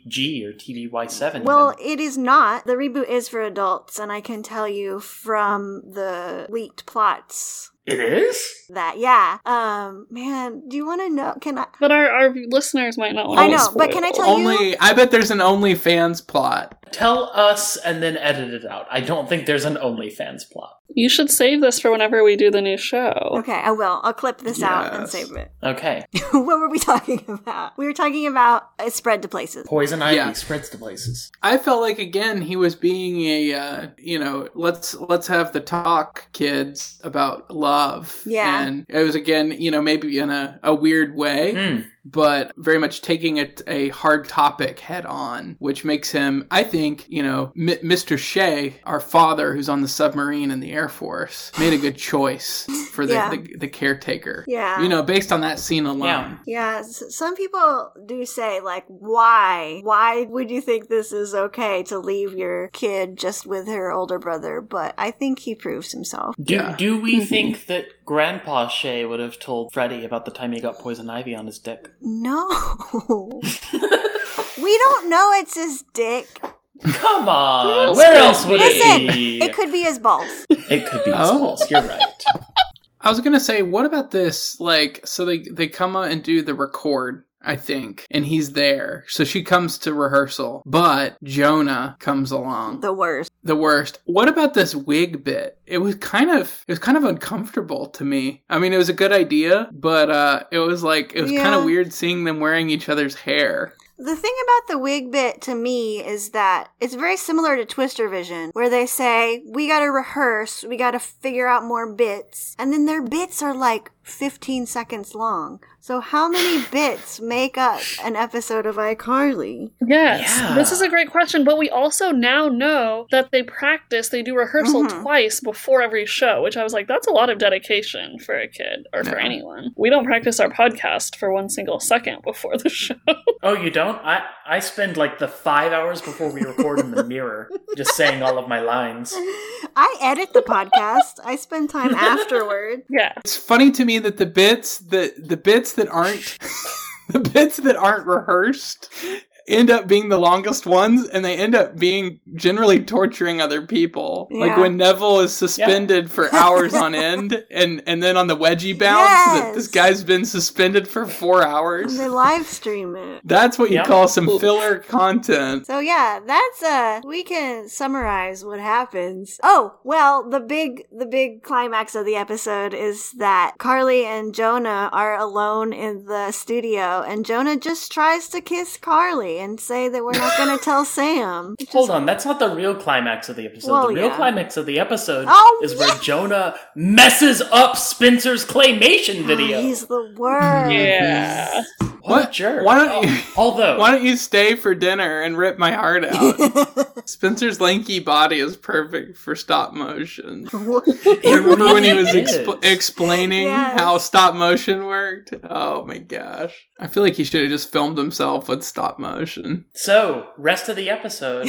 C: TVG or TVY7.
B: Well,
C: then.
B: it is not. The reboot is for adults, and I can tell you from the leaked plots
C: it is?
B: that yeah. Um, man, do you want to know? Can I?
E: but our, our listeners might not want to
D: Oh.
B: I know, but can I tell you?
D: Only I bet there's an OnlyFans plot.
C: tell us and then edit it out. I don't think there's an OnlyFans plot.
E: You should save this for whenever we do the new show.
B: Okay, I will. I'll clip this out and
D: Yes.
B: save it.
C: Okay.
B: what were we talking about? We were talking about a spread to places.
C: Poison ivy
D: Yeah.
C: spreads to places.
D: I felt like again he was being a uh, you know let's let's have the talk kids about love
B: Yeah.
D: and it was again you know maybe in a, a weird way
C: Hmm.
D: but very much taking it a hard topic head on which makes him I think you know M- Mr. Shea our father who's on the submarine in the Air Force made a good choice for the
B: Yeah.
D: the, the caretaker
B: Yeah.
D: you know based on that scene alone
B: Yeah, s- some people do say like, why? Why would you think this is okay to leave your kid just with her older brother? But I think he proves himself.
C: Do
D: Yeah.
C: do we think that Grandpa Shay would have told Freddy about the time he got poison ivy on his dick?
B: No, we don't know it's his dick.
C: Come on.
E: else
C: Where
E: could
C: else would
B: Listen,
C: it be?
B: it could be his balls.
C: It could be his
D: Oh.
C: balls. You're right.
D: I was gonna say, what about this? Like, so they they come out and do the record, I think, and he's there. So she comes to rehearsal, but Jonah comes along. The,
B: the worst.
D: worst. What about this wig bit? It was kind of it was kind of uncomfortable to me. I mean, it was a good idea, but uh, it was like it was kind
B: Yeah.
D: of weird seeing them wearing each other's hair.
B: The thing about the wig bit to me is that it's very similar to Twister Vision, where they say, we gotta rehearse, we gotta figure out more bits. And then their bits are like 15 seconds long. So, how many bits make up an episode of iCarly?
E: Yes.
C: Yeah.
E: This is a great question, but we also now know that they practice, they do rehearsal
B: Mhm.
E: twice before every show, which I was like, that's a lot of dedication for a kid or for
D: Yeah.
E: anyone. We don't practice our podcast for one single second before the show.
C: Oh, you don't? I I spend like the five hours before we record in the mirror just saying all of my lines.
B: I edit the podcast, I spend time afterward.
E: yeah.
D: It's funny to me that the bits that the bits that aren't the bits that aren't rehearsed end up being the longest ones and they end up being generally torturing other people. Like
B: Yeah.
D: when Neville is suspended for hours on end and and then on the wedgie bounce that this
B: Yes.
D: guy's been suspended for 4 hours.
B: And they live stream it.
D: That's what you
C: Yeah.
D: call some filler content.
B: So yeah, that's uh we can summarize what happens. Oh, well, the big the big climax of the episode is that Carly and Jonah are alone in the studio and Jonah just tries to kiss Carly and say that we're not going to tell Sam.
C: Hold on, that's not the real climax of the episode.
B: Well,
C: the real
B: yeah.
C: climax of the episode
B: Oh,
C: is where Jonah messes up Spencer's claymation video.
B: Oh, He's the worst.
E: Yeah.
C: what, a
D: What-
C: jerk.
D: why don't you-
C: Al- Although,
D: Why don't you stay for dinner and rip my heart out? Spencer's lanky body is perfect for stop motion.
C: It
D: Remember when he
C: really
D: was
C: is.
D: expl- explaining
B: Yes.
D: how stop motion worked? Oh my gosh. I feel like he should have just filmed himself with stop motion.
C: so, rest of the episode.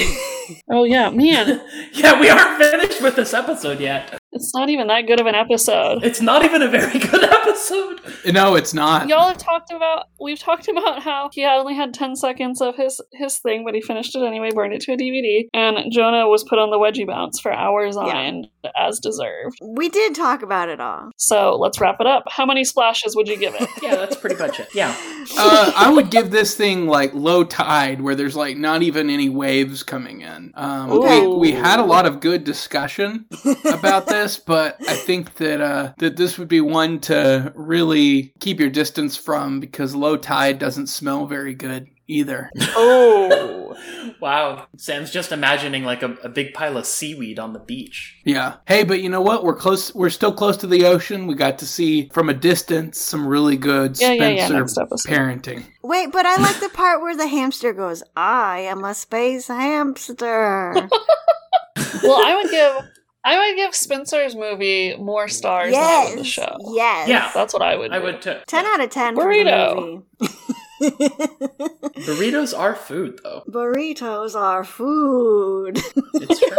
E: Oh, yeah. Man,
C: yeah, we aren't finished with this episode yet.
E: it's not even that good of an episode.
C: It's not even a very good episode.
D: No, it's not.
E: Y'all have talked about we've talked about how he only had ten seconds of his his thing, but he finished it anyway, burned it to a DVD, and Jonah was put on the wedgie bounce for hours on
B: Yeah.
E: end, as deserved.
B: we did talk about it all.
E: So let's wrap it up. How many splashes would you give it?
C: Yeah, that's pretty much it. Yeah.
D: Uh, I would give this thing like low tide where there's like not even any waves coming in. Um, we,
E: Ooh.
D: we had a lot of good discussion about this, but I think that uh, that this would be one to really keep your distance from because low tide doesn't smell very good either.
E: Oh,
C: Wow. Sam's just imagining like a, a big pile of seaweed on the beach.
D: Yeah. Hey, but you know what? We're close. We're still close to the ocean. We got to see from a distance some really good
E: Yeah, yeah, yeah,
D: Spencer
E: next episode.
D: parenting.
B: Wait, but I like the part where the hamster goes, "I am a space hamster."
E: well, I would give I would give Spencer's movie more stars than I would the
B: yes.
E: show.
B: Yes.
C: Yeah.
E: That's what I would.
C: I
E: do.
C: would too.
B: 10 out of 10
E: Burrito.
B: for the movie.
C: Burritos are food, though.
B: Burritos are food.
C: It's true.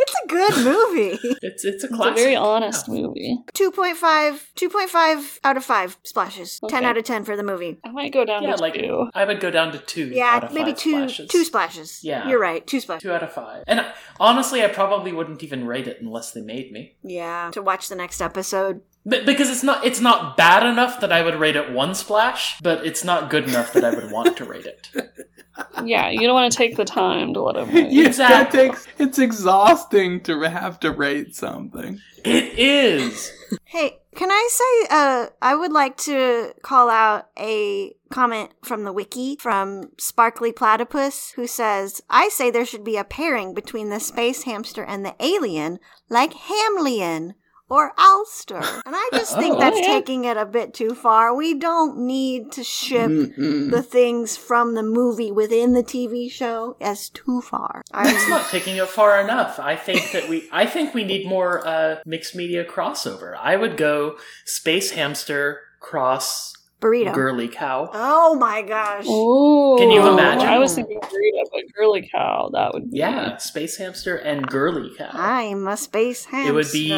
B: it's a good movie.
C: it's it's a
E: It's
C: classic.
E: a very honest movie.
B: 2.5 2.5 out of 5 splashes. 10
E: Okay.
B: out of 10 for the movie.
E: I might go down
C: Yeah,
E: to
C: like
E: two.
C: I would go down to two. out
B: Yeah,
C: of
B: maybe
C: five
B: two
C: splashes.
B: two splashes.
C: Yeah.
B: You're right. Two splashes.
C: Two out of five. And I, honestly, I probably wouldn't even rate it unless they made me.
B: Yeah. To watch the next episode.
C: B- because it's not it's not bad enough that I would rate it one splash, but it's not good enough that I would want to rate it.
E: Yeah, you don't want to take the time to let him.
D: Yeah, that
C: Exactly.
D: takes, it's exhausting to have to rate something.
C: It is.
B: Hey, can I say uh I would like to call out a comment from the wiki from Sparkly Platypus who says, "I say there should be a pairing between the space hamster and the alien, like Hamlian or Alster." And I just think
C: Oh,
B: that's
E: yeah.
B: taking it a bit too far. We don't need to ship
C: Mm-hmm.
D: Mm-mm.
B: the things from the movie within the TV show as too far.
C: It's
B: I
C: not taking it far enough. I think that we I think we need more uh, mixed media crossover. I would go space hamster cross
B: burrito.
C: girly cow.
B: Oh my gosh.
E: Ooh,
C: Can you imagine?
E: I was thinking burrito, but girly cow. That would be
C: Yeah, space hamster and girly cow.
B: I'm a space hamster.
C: It would be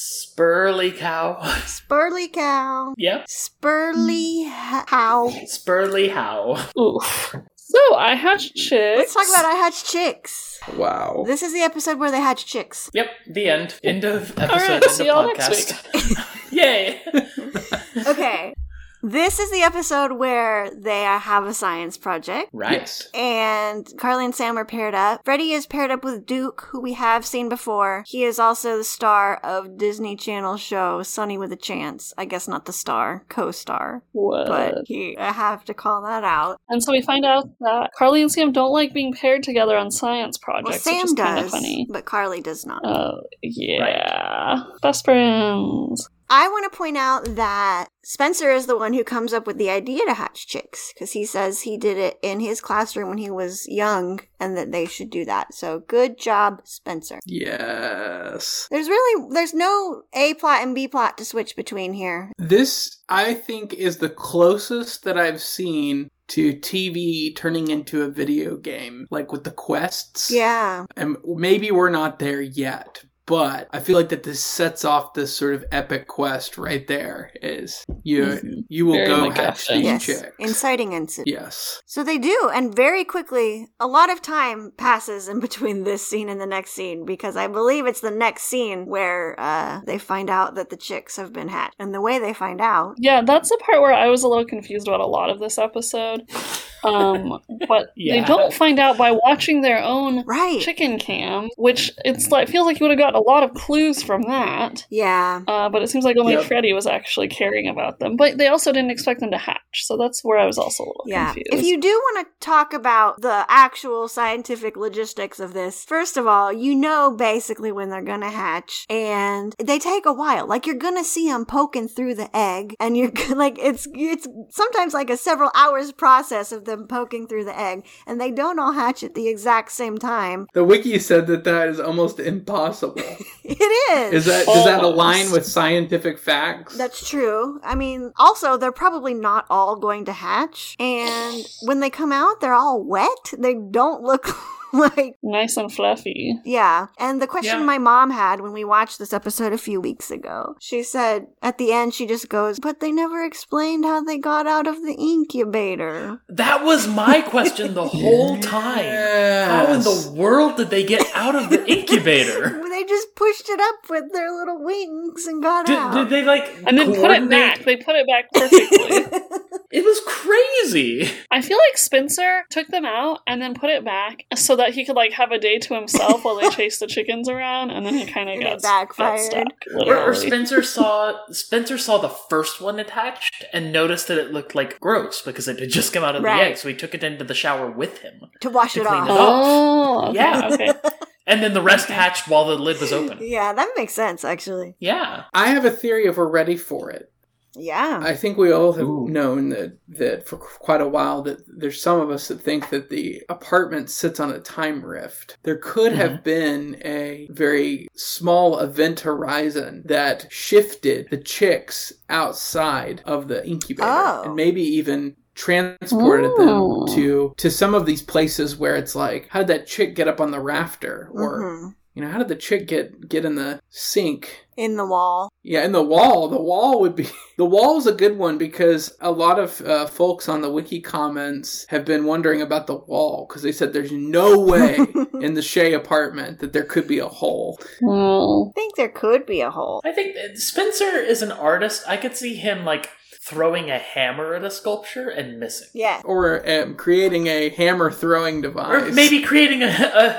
C: spurly cow.
B: Spurly cow.
C: yep.
B: Spurly h- cow.
C: Spurly how.
E: Oof. So I hatched
B: Let's
E: chicks.
B: talk about I hatch chicks.
D: Wow.
B: This is the episode where they hatch chicks.
C: Yep, the end. End of episode.
E: right,
C: end of
E: see y'all next
C: podcast. Yay!
B: Okay. this is the episode where they have a science project.
C: Right.
B: And Carly and Sam are paired up. Freddie is paired up with Duke, who we have seen before. He is also the star of Disney Channel show Sunny with a Chance. I guess not the star, co star.
E: What?
B: But he, I have to call that out.
E: And so we find out that Carly and Sam don't like being paired together on science
B: Well,
E: projects, which
B: Sam
E: is kind of
B: does,
E: funny.
B: but Carly does not.
E: Oh yeah, best friends.
B: I want to point out that Spencer is the one who comes up with the idea to hatch chicks because he says he did it in his classroom when he was young and that they should do that. So good job, Spencer.
D: Yes.
B: There's really there's no A plot and B plot to switch between here.
D: This, I think, is the closest that I've seen to TV turning into a video game, like with the quests.
B: Yeah.
D: And maybe we're not there yet, but I feel like that this sets off this sort of epic quest right there. Is you
E: Mhm.
D: you will
E: Very
D: go
E: much
D: hatch
E: action.
D: these
B: Yes.
D: chicks.
B: Inciting incident.
D: yes.
B: So they do, and very quickly, a lot of time passes in between this scene and the next scene because I believe it's the next scene where uh, they find out that the chicks have been hatched. And the way they find out,
E: Yeah, that's the part where I was a little confused about a lot of this episode. Um, but
C: Yeah.
E: they don't find out by watching their own
B: right?
E: chicken cam, which it's like feels like you would have gotten a lot of clues from that.
B: yeah,
E: Uh, but it seems like only
D: Yep.
E: Freddy was actually caring about them. But they also didn't expect them to hatch, so that's where I was also a little
B: yeah.
E: confused.
B: If you do want to talk about the actual scientific logistics of this, first of all, you know basically when they're gonna hatch, and they take a while. Like you're gonna see them poking through the egg, and you're g- like, it's it's sometimes like a several hours process of them poking through the egg, and they don't all hatch at the exact same time.
D: The wiki said that that is almost impossible.
B: It is.
D: Is that does that
E: Almost.
D: align with scientific facts?
B: That's true. I mean, also, they're probably not all going to hatch. And when they come out, they're all wet. They don't look like.
E: nice and fluffy.
B: Yeah. And the question
C: Yeah.
B: my mom had when we watched this episode a few weeks ago, she said at the end, she just goes, But they never explained how they got out of the incubator.
C: That was my question the whole time. How in
D: Yes.
C: the world did they get out of the incubator?
B: They just pushed it up with their little wings and got
C: Did,
B: out.
C: did they like
E: And then put it
C: coordinate?
E: back. They put it back perfectly.
C: It was crazy.
E: I feel like Spencer took them out and then put it back so that he could like have a day to himself while they chased the chickens around, and then he kind of
B: And it
E: got,
B: backfired.
E: got stuck.
C: Or, or
E: literally.
C: Spencer saw Spencer saw the first one attached and noticed that it looked like gross because it had just come out of
B: Right.
C: the egg, so he took it into the shower with him.
B: to wash
C: To
B: it
C: clean
B: off.
C: it up.
E: Oh, okay,
C: Yeah.
E: okay.
C: And then the rest hatched while the lid was open.
B: Yeah, that makes sense, actually.
C: Yeah.
D: I have a theory if we're ready for it.
B: Yeah.
D: I think we all have
C: Ooh.
D: known that that for quite a while that there's some of us that think that the apartment sits on a time rift. There could have been a very small event horizon that shifted the chicks outside of the incubator
B: Oh.
D: and maybe even transported
E: Ooh.
D: them to to some of these places where it's like how did that chick get up on the rafter or
B: Mhm.
D: You know, how did the chick get get in the sink?
B: in the wall.
D: Yeah, and the wall. The wall would be the wall's a good one because a lot of uh, folks on the wiki comments have been wondering about the wall because they said there's no way in the Shea apartment that there could be a hole.
E: Oh.
B: I think there could be a hole.
C: I think that Spencer is an artist. I could see him like throwing a hammer at a sculpture and missing.
B: Yeah.
D: or um, creating a hammer throwing
C: Or
D: device.
C: maybe creating a,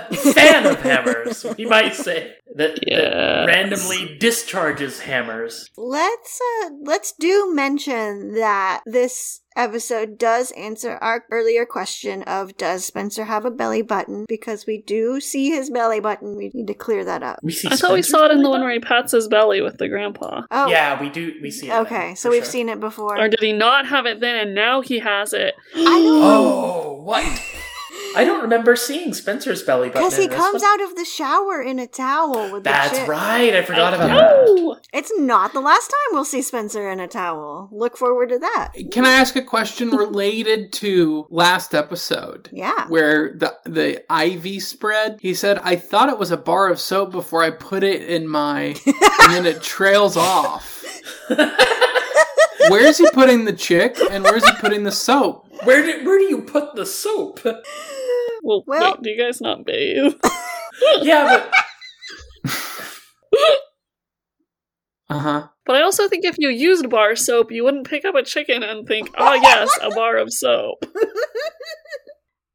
C: a fan of hammers, we might say. That, that
E: Yes.
C: randomly discharges hammers.
B: Let's uh let's do mention that this episode does answer our earlier question of does Spencer have a belly button because we do see his belly button. We need to clear that up.
C: We see
E: I thought we
C: Spencer's
E: saw it in the
C: belly
E: one where he pats his belly with the grandpa.
B: Oh.
C: Yeah, we do. We see it. then,
B: Okay,
C: for
B: so we've
C: sure.
B: seen it before.
E: Or did he not have it then and now he has it?
C: Oh, what? I don't remember seeing Spencer's belly button.
B: Because he
C: in this
B: comes
C: one.
B: out of the shower in a towel with the
C: That's
B: chip.
C: right. I forgot about that.
E: No!
B: It's not the last time we'll see Spencer in a towel. Look forward to that.
D: Can I ask a question related to last episode?
B: Yeah.
D: Where the the ivy spread, he said, "I thought it was a bar of soap before I put it in my, and then it trails off." where is he putting the chick, and where is he putting the soap?
C: Where do, where do you put the soap?
E: Well,
B: Well-
E: wait, do you guys not bathe?
C: yeah,
D: Uh huh.
E: But I also think if you used bar soap, you wouldn't pick up a chicken and think, oh, yes, a bar of soap.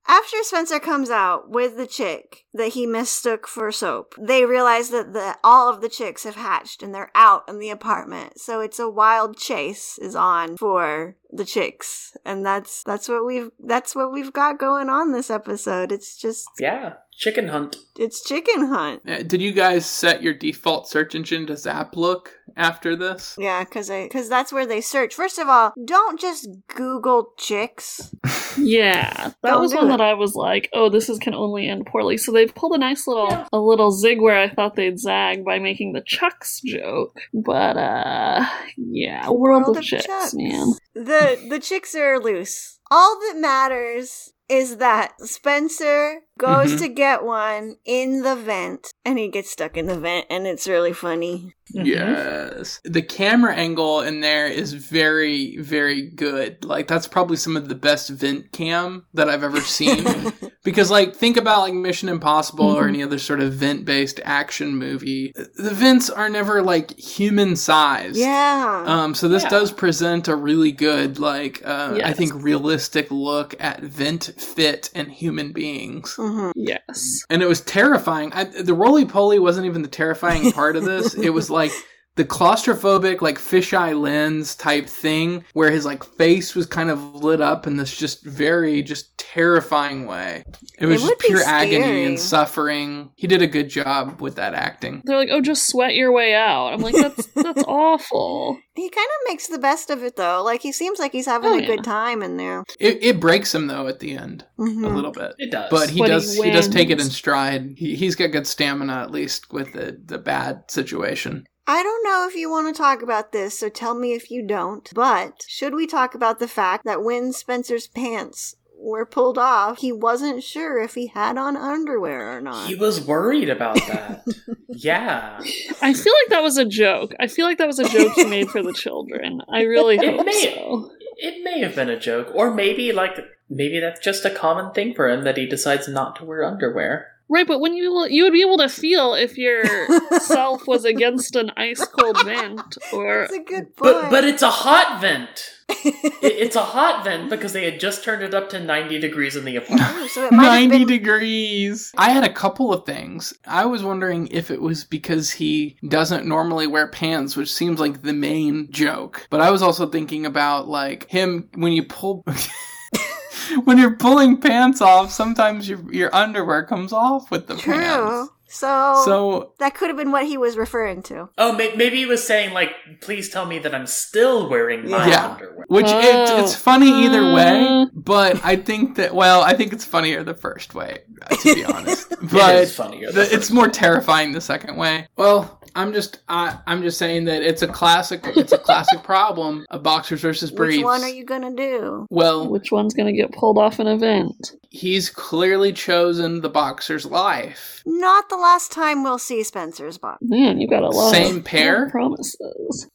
B: After Spencer comes out with the chick that he mistook for soap, they realize that the, all of the chicks have hatched and they're out in the apartment. So it's a wild chase is on for the chicks, and that's that's what we've that's what we've got going on this episode. It's just
C: but yeah, chicken hunt.
B: it's chicken hunt.
D: Uh, Did you guys set your default search engine to Zap Look after this?
B: Yeah, because because that's where they search. First of all, don't just Google chicks.
E: Yeah. That
B: Don't
E: was
B: do
E: one
B: it.
E: that I was like, oh, this is can only end poorly. So they pulled a nice little a little zig where I thought they'd zag by making the Chucks joke. But uh yeah, world, of, chicks, man.
B: The the chicks are loose. All that matters is that Spencer goes
E: Mm-hmm.
D: Mhm.
B: to get one in the vent and he gets stuck in the vent and it's really funny.
C: Mm-hmm.
D: Yes. The camera angle in there is very, very good. Like that's probably some of the best vent cam that I've ever seen. because like think about like Mission Impossible or any other sort of vent based action movie. The vents are never like human sized.
B: yeah.
E: uh,
D: Um, so this
C: Yeah.
D: does present a really good, like, uh, I
E: Yes.
D: think, realistic look at vent fit and human beings.
B: Mhm.
E: Yes.
D: and it was terrifying. I, the roly poly wasn't even the terrifying part of this. it was like the claustrophobic, like fisheye lens type thing, where his like face was kind of lit up in this just very just terrifying way. It was
B: It would
D: just
B: be
D: pure agony
B: scary.
D: and suffering. He did a good job with that acting.
E: They're like, oh, just sweat your way out. I'm like, that's that's awful.
B: He kind of makes the best of it though. Like he seems like he's having
E: Oh,
B: a
E: yeah.
B: good time in there.
D: It, it breaks him though at the end a
B: Mhm.
D: little bit.
C: It does.
D: But he
E: But he
D: does he, does take it in
E: wins.
D: stride. He, he's got good stamina at least with the, the bad situation.
B: I don't know if you want to talk about this, so tell me if you don't. But should we talk about the fact that when Spencer's pants were pulled off, he wasn't sure if he had on underwear or not?
C: he was worried about that. yeah,
E: I feel like that was a joke. I feel like that was a joke he made for the children. I really
C: It
E: hope
C: may-
E: so.
C: it may have been a joke, or maybe like maybe that's just a common thing for him that he decides not to wear underwear.
E: Right, but when you you would be able to feel if your self was against an ice cold vent or
B: That's a good
C: But
B: point.
C: but it's a hot vent. It- it's a hot vent because they had just turned it up to ninety degrees in the apartment.
B: Ooh, so it might have
D: 90
B: been.
D: degrees. I had a couple of things. I was wondering if it was because he doesn't normally wear pants, which seems like the main joke. But I was also thinking about like him when you pull when you're pulling pants off, sometimes your your underwear comes off with the
B: True.
D: pants.
B: So,
D: So
B: that could have been what he was referring to.
C: Oh, may- maybe he was saying like, "Please tell me that I'm still wearing my
D: Yeah.
C: underwear."
D: which
E: Oh.
D: it, it's funny either way,
E: Mm.
D: but I think that well, I think it's funnier the first way, to be honest.
C: it
D: But
C: is funnier.
D: The, it's more terrifying the second way. Well, I'm just I, I'm just saying that it's a classic it's a classic problem of boxers versus briefs.
B: Which one are you gonna do?
D: well,
E: which one's going to get pulled off an event.
D: he's clearly chosen the boxer's life.
B: Not the the last time we'll see Spencer's box.
E: Man, you got a lot
D: Same
E: of
D: pair?
E: promises.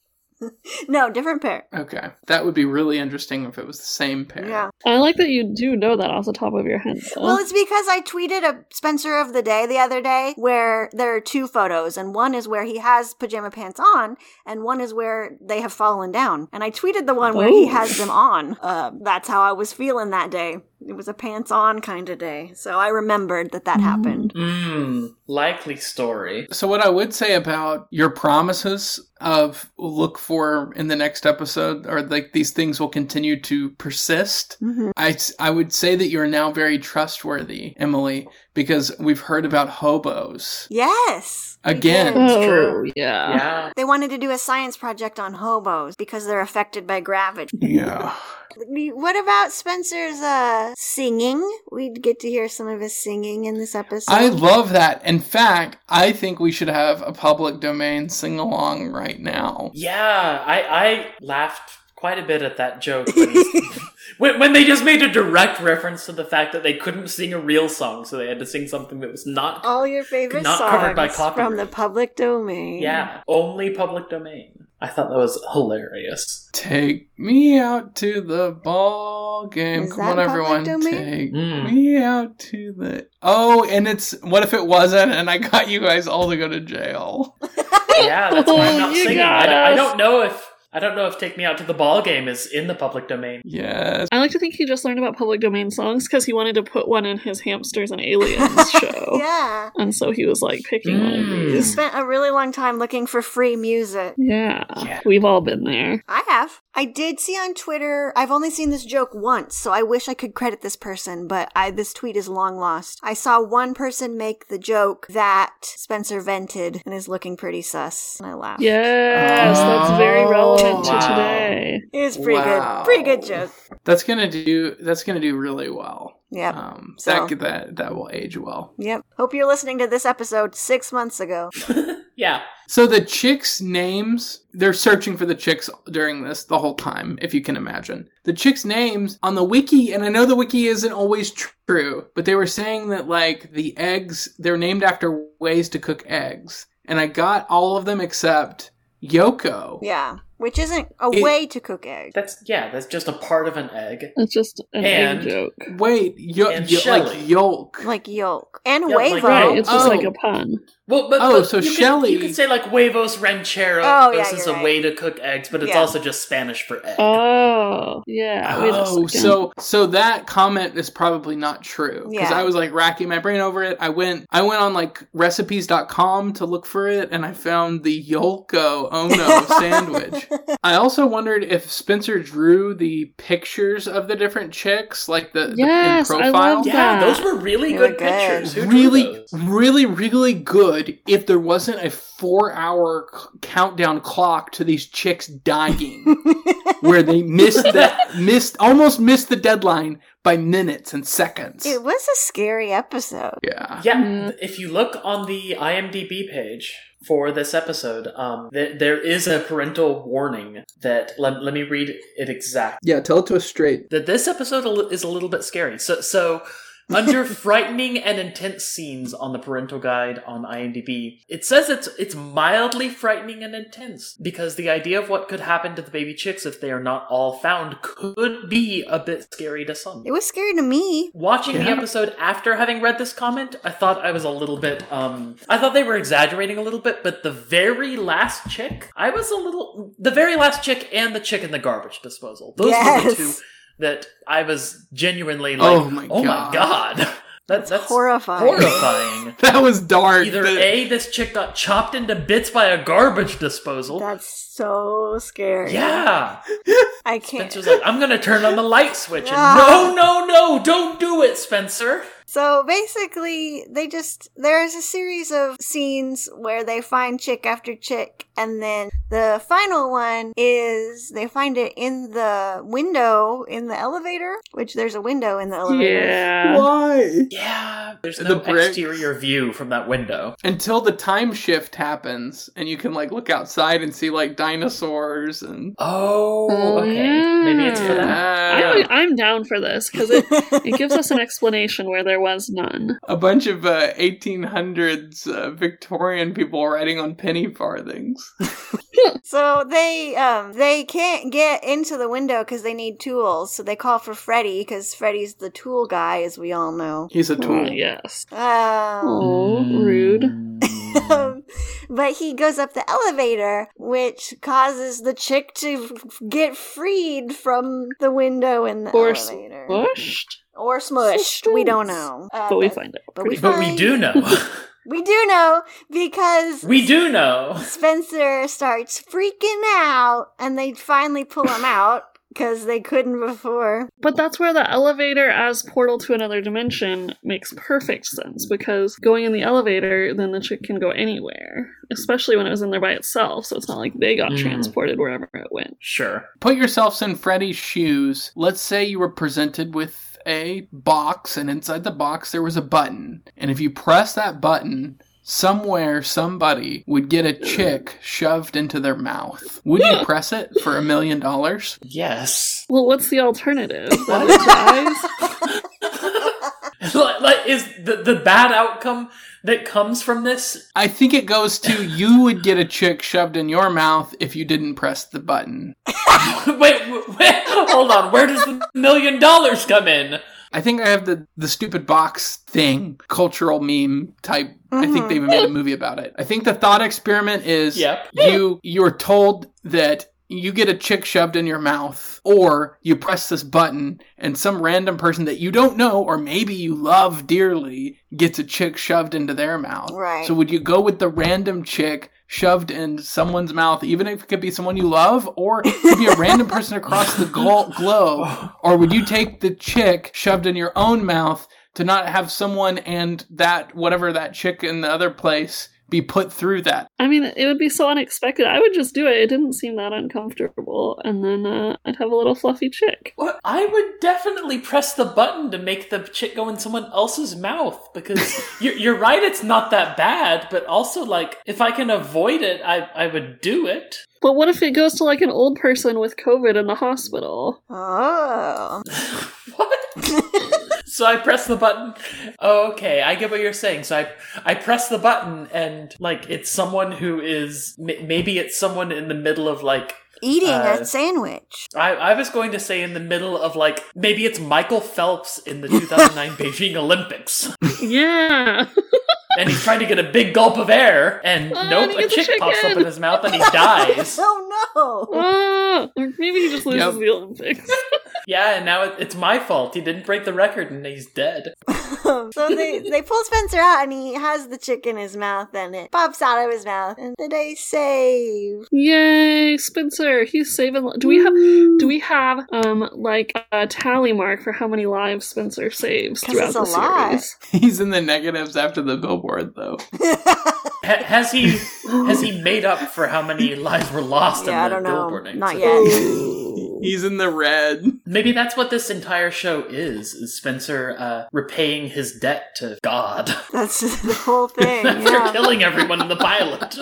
B: No, different pair.
D: Okay. That would be really interesting if it was the same pair.
B: Yeah.
E: I like that you do know that off the top of your head. Though.
B: Well, it's because I tweeted a Spencer of the day the other day where there are two photos, and one is where he has pajama pants on, and one is where they have fallen down. And I tweeted the one where he
E: Ooh.
B: has them on. Uh, that's how I was feeling that day. It was a pants on kind of day, so I remembered that that happened.
C: Mmm, likely story.
D: So what I would say about your promises of look for in the next episode or like these things will continue to persist.
B: Mhm.
D: I I would say that you're now very trustworthy, Emily, because we've heard about hobos.
B: Yes. we
D: Again.
B: did.
E: oh,
C: true.
E: yeah.
C: Yeah.
B: They wanted to do a science project on hobos because they're affected by gravity.
D: Yeah.
B: What about Spencer's uh, singing? We'd get to hear some of his singing in this episode.
D: I love that. In fact, I think we should have a public domain sing along right now.
C: Yeah, I, I laughed quite a bit at that joke. When, he's- when, when they just made a direct reference to the fact that they couldn't sing a real song, so they had to sing something that was not.
B: all your favorite
C: Not
B: songs
C: covered by
B: from
C: copyright.
B: the public domain.
C: yeah, only public domain. I thought that was hilarious.
D: Take me out to the ball game.
B: Is
D: Come
B: that
D: on, everyone.
B: public domain?
D: Take
C: Mm.
D: me out to the. Oh, and it's. What if it wasn't and I got you guys all to go to jail?
C: Yeah, that's why I'm not
E: You
C: singing.
E: got
C: I, I
E: us.
C: don't know if I don't know if "Take Me Out to the Ball Game" is in the public domain.
D: Yes.
E: I like to think he just learned about public domain songs because he wanted to put one in his Hamsters and Aliens show.
B: Yeah.
E: And so he was like picking one of
C: Mm.
E: these.
B: Spent a really long time looking for free music.
E: Yeah.
C: Yeah.
E: We've all been there.
B: I have. I did see on Twitter, I've only seen this joke once, so I wish I could credit this person, but I, this tweet is long lost. I saw one person make the joke that Spencer vented and is looking pretty sus, and I laughed.
E: Yes, that's very relevant to
C: Wow.
E: today.
B: It was pretty
D: Wow.
B: good. Pretty good joke.
D: That's gonna do. That's gonna do really well.
B: Yep.
D: Um,
B: So-
D: that that that will age well.
B: Yep. Hope you're listening to this episode six months ago.
C: Yeah,
D: So the chicks' names, they're searching for the chicks during this the whole time, if you can imagine. The chicks' names on the wiki, and I know the wiki isn't always true, but they were saying that, like, the eggs, they're named after ways to cook eggs. And I got all of them except Yoko.
B: Yeah. Which isn't a
D: It-
B: way to cook eggs.
C: that's yeah, that's just a part of an egg.
E: It's just an
C: And-
E: egg joke.
D: Wait, yo-
C: And
D: yo-
C: Shelley.
D: like yolk.
B: Like yolk. And
C: Yeah, like
B: huevo.
E: Right, it's just
D: Oh.
E: like a pun.
C: Well, but
D: Oh,
C: but
D: so
C: you could-
D: Shelley-
C: you could say like huevos ranchero.
B: Oh, yeah,
C: this is
B: you're
C: a
B: right.
C: way to cook eggs, but it's
B: Yeah.
C: also just Spanish for egg.
E: Oh, yeah. wait a
D: Oh,
E: second.
D: so so that comment is probably not true because
B: Yeah.
D: I was like racking my brain over it. I went I went on like recipes.com to look for it and I found the Yolko Ono sandwich. I also wondered if Spencer drew the pictures of the different chicks like the, the-
E: Yes, I
D: in profile.
E: love
C: yeah,
E: that.
C: those were really
B: They
C: good,
B: were good.
C: pictures. Who drew
D: Really,
C: those?
D: really, really good. If there wasn't a four-hour c- countdown clock to these chicks dying, where they missed that missed almost missed the deadline by minutes and seconds.
B: It was a scary episode.
D: Yeah.
C: Yeah,
E: Mm.
C: th- if you look on the IMDb page for this episode, um, th- there is a parental warning that let, let me read it exact.
D: Yeah, tell it to us straight.
C: that this episode a li- is a little bit scary. So, so under frightening and intense scenes on the parental guide on IMDb, it says it's it's mildly frightening and intense because the idea of what could happen to the baby chicks if they are not all found could be a bit scary to some.
B: It was scary to me.
C: Watching the
D: Yeah.
C: episode after having read this comment, I thought I was a little bit um I thought they were exaggerating a little bit, but the very last chick, I was a little the very last chick and the chick in the garbage disposal. Those were the
B: Yes.
C: two that I was genuinely like,
D: Oh
C: oh
D: my
C: my,
D: God."
C: god. That, that's
B: horrifying.
C: horrifying.
D: That was dark.
C: Either
D: The-
C: A, this chick got chopped into bits by a garbage disposal.
B: That's so scary.
C: yeah.
B: I can't.
C: Spencer's like, I'm gonna turn on the light switch. And,
D: Ah.
B: Yeah.
C: no, no, no, don't do it, Spencer.
B: So basically, they just. There's a series of scenes where they find chick after chick, And then the final one is they find it in the window in the elevator, which there's a window in the elevator.
E: Yeah.
D: Why?
C: Yeah, there's
D: The
C: no
D: brick.
C: exterior view from that window.
D: Until the time shift happens and you can like look outside and see like dinosaurs and
C: Oh, okay.
E: yeah.
C: Maybe it's for that.
E: I'm,
D: Ah,
E: I'm down for this because it, it gives us an explanation where there was none.
D: a bunch of uh, 1800s uh, Victorian people writing on penny farthings.
B: So they um they can't get into the window because they need tools. So they call for Freddy because Freddy's the tool guy, as we all know.
D: He's a
E: Oh,
D: tool.
E: yes.
B: Um,
E: Oh, rude.
C: Mm.
B: but he goes up the elevator, which causes the chick to f- get freed from the window in the
E: Or
B: elevator,
E: Bushed?
B: or smushed. We don't
E: Smushed.
B: know, Uh,
E: But we
B: but-
E: find out.
B: but
E: pretty
C: but we do know.
B: we do know because
C: we do know.
B: Spencer starts freaking out, and they finally pull him out because they couldn't before.
E: But that's where the elevator as portal to another dimension makes perfect sense because going in the elevator, then the chick can go anywhere, especially when it was in there by itself. So it's not like they got
C: Mm.
E: transported wherever it went.
C: Sure.
D: Put yourselves in Freddy's shoes. Let's say you were presented with a box, and inside the box there was a button. And if you press that button, somewhere somebody would get a chick shoved into their mouth. Would you press it for a million dollars?
C: Yes.
E: Well, what's the alternative?
C: What? like, like, is the, the bad outcome that comes from this?
D: I think it goes to you would get a chick shoved in your mouth if you didn't press the button.
C: wait, wait, wait, hold on. Where does the million dollars come in?
D: I think I have the, the stupid box thing, cultural meme type. I think
B: Mhm.
D: they even made a movie about it. I think the thought experiment is
C: Yep.
D: you you're told that you get a chick shoved in your mouth or you press this button and some random person that you don't know or maybe you love dearly gets a chick shoved into their mouth
B: Right.
D: so would you go with the random chick shoved in someone's mouth even if it could be someone you love or it could be a random person across the glo- globe
C: Oh.
D: or would you take the chick shoved in your own mouth to not have someone and that whatever that chick in the other place be put through that
E: I mean, it would be so unexpected. I would just do it. It didn't seem that uncomfortable. And then uh, I'd have a little fluffy chick.
C: Well, I would definitely press the button to make the chick go in someone else's mouth because you're, you're right, it's not that bad, but also, like, if I can avoid it, I, I would do it.
E: But what if it goes to like an old person with COVID in the hospital?
B: Oh.
C: What? so I press the button. Okay, I get what you're saying. So I I press the button and like it's someone who is m- maybe it's someone in the middle of like
B: Eating
C: Uh,
B: a sandwich.
C: I I was going to say in the middle of like maybe it's Michael Phelps in the 2009 Beijing Olympics
E: yeah.
C: and he's trying to get a big gulp of air and
E: Oh,
C: nope
E: and he
C: a
E: gets a
C: chick pops up
E: chicken.
C: in his mouth and he dies.
B: Oh no!
E: Ah, or maybe he just loses
D: Yep.
E: the Olympics.
C: yeah, and now it, it's my fault. He didn't break the record and he's dead.
B: so they, they pull Spencer out and he has the chick in his mouth and it pops out of his mouth and the day save.
E: Yay, Spencer! He's saving. li- Do we have? Do we have um like a tally mark for how many lives Spencer saves
B: 'Cause
E: throughout
B: it's
E: the
B: a lot.
E: series?
D: He's in the negatives after the billboard, though.
C: Ha- has he has he made up for how many lives were lost
B: yeah, I
C: in the
B: don't know.
C: billboard
B: Not
C: accident?
B: yet.
D: He's in the red.
C: Maybe that's what this entire show is, is Spencer uh, repaying his debt to God
B: That's the whole thing.
C: after
B: Yeah.
C: killing everyone in the pilot.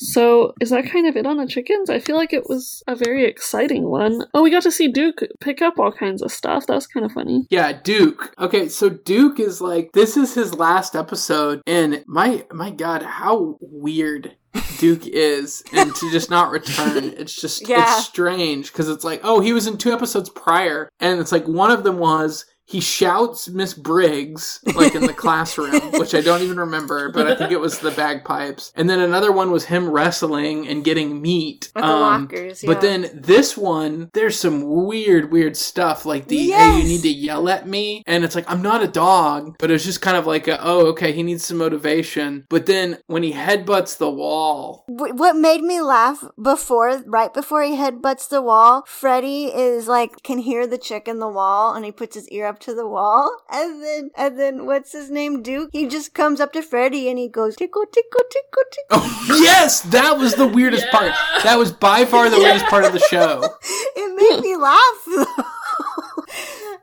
E: So is that kind of it on the chickens? I feel like it was a very exciting one. Oh, we got to see Duke pick up all kinds of stuff. That was kind of funny.
D: Yeah, Duke. Okay, so Duke is like this is his last episode, and my my God, how weird Duke is, and to just not return, it's just
B: Yeah.
D: it's strange because it's like oh he was in two episodes prior, and it's like one of them was. He shouts Miss Briggs, like in the classroom, which I don't even remember, but I think it was the bagpipes. And then another one was him wrestling and getting meat.
B: With the lockers,
D: Um, But
B: yeah.
D: then then this one, there's some weird, weird stuff like the hey,
B: Yes!
D: you need to yell at me, and it's like I'm not a dog, but it's just kind of like a, oh, okay, he needs some motivation. But then when he headbutts the wall,
B: Wh- What made me laugh before, right before he headbutts the wall, Freddy is like, can hear the chick in the wall, and he puts his ear up up to the wall, and then and then what's his name? Duke. He just comes up to Freddy and he goes tickle, tickle, tickle, tickle.
D: Oh, yes, that was the weirdest part.
E: Yeah.
D: That was by far the weirdest part of the show.
B: it made me laugh. though.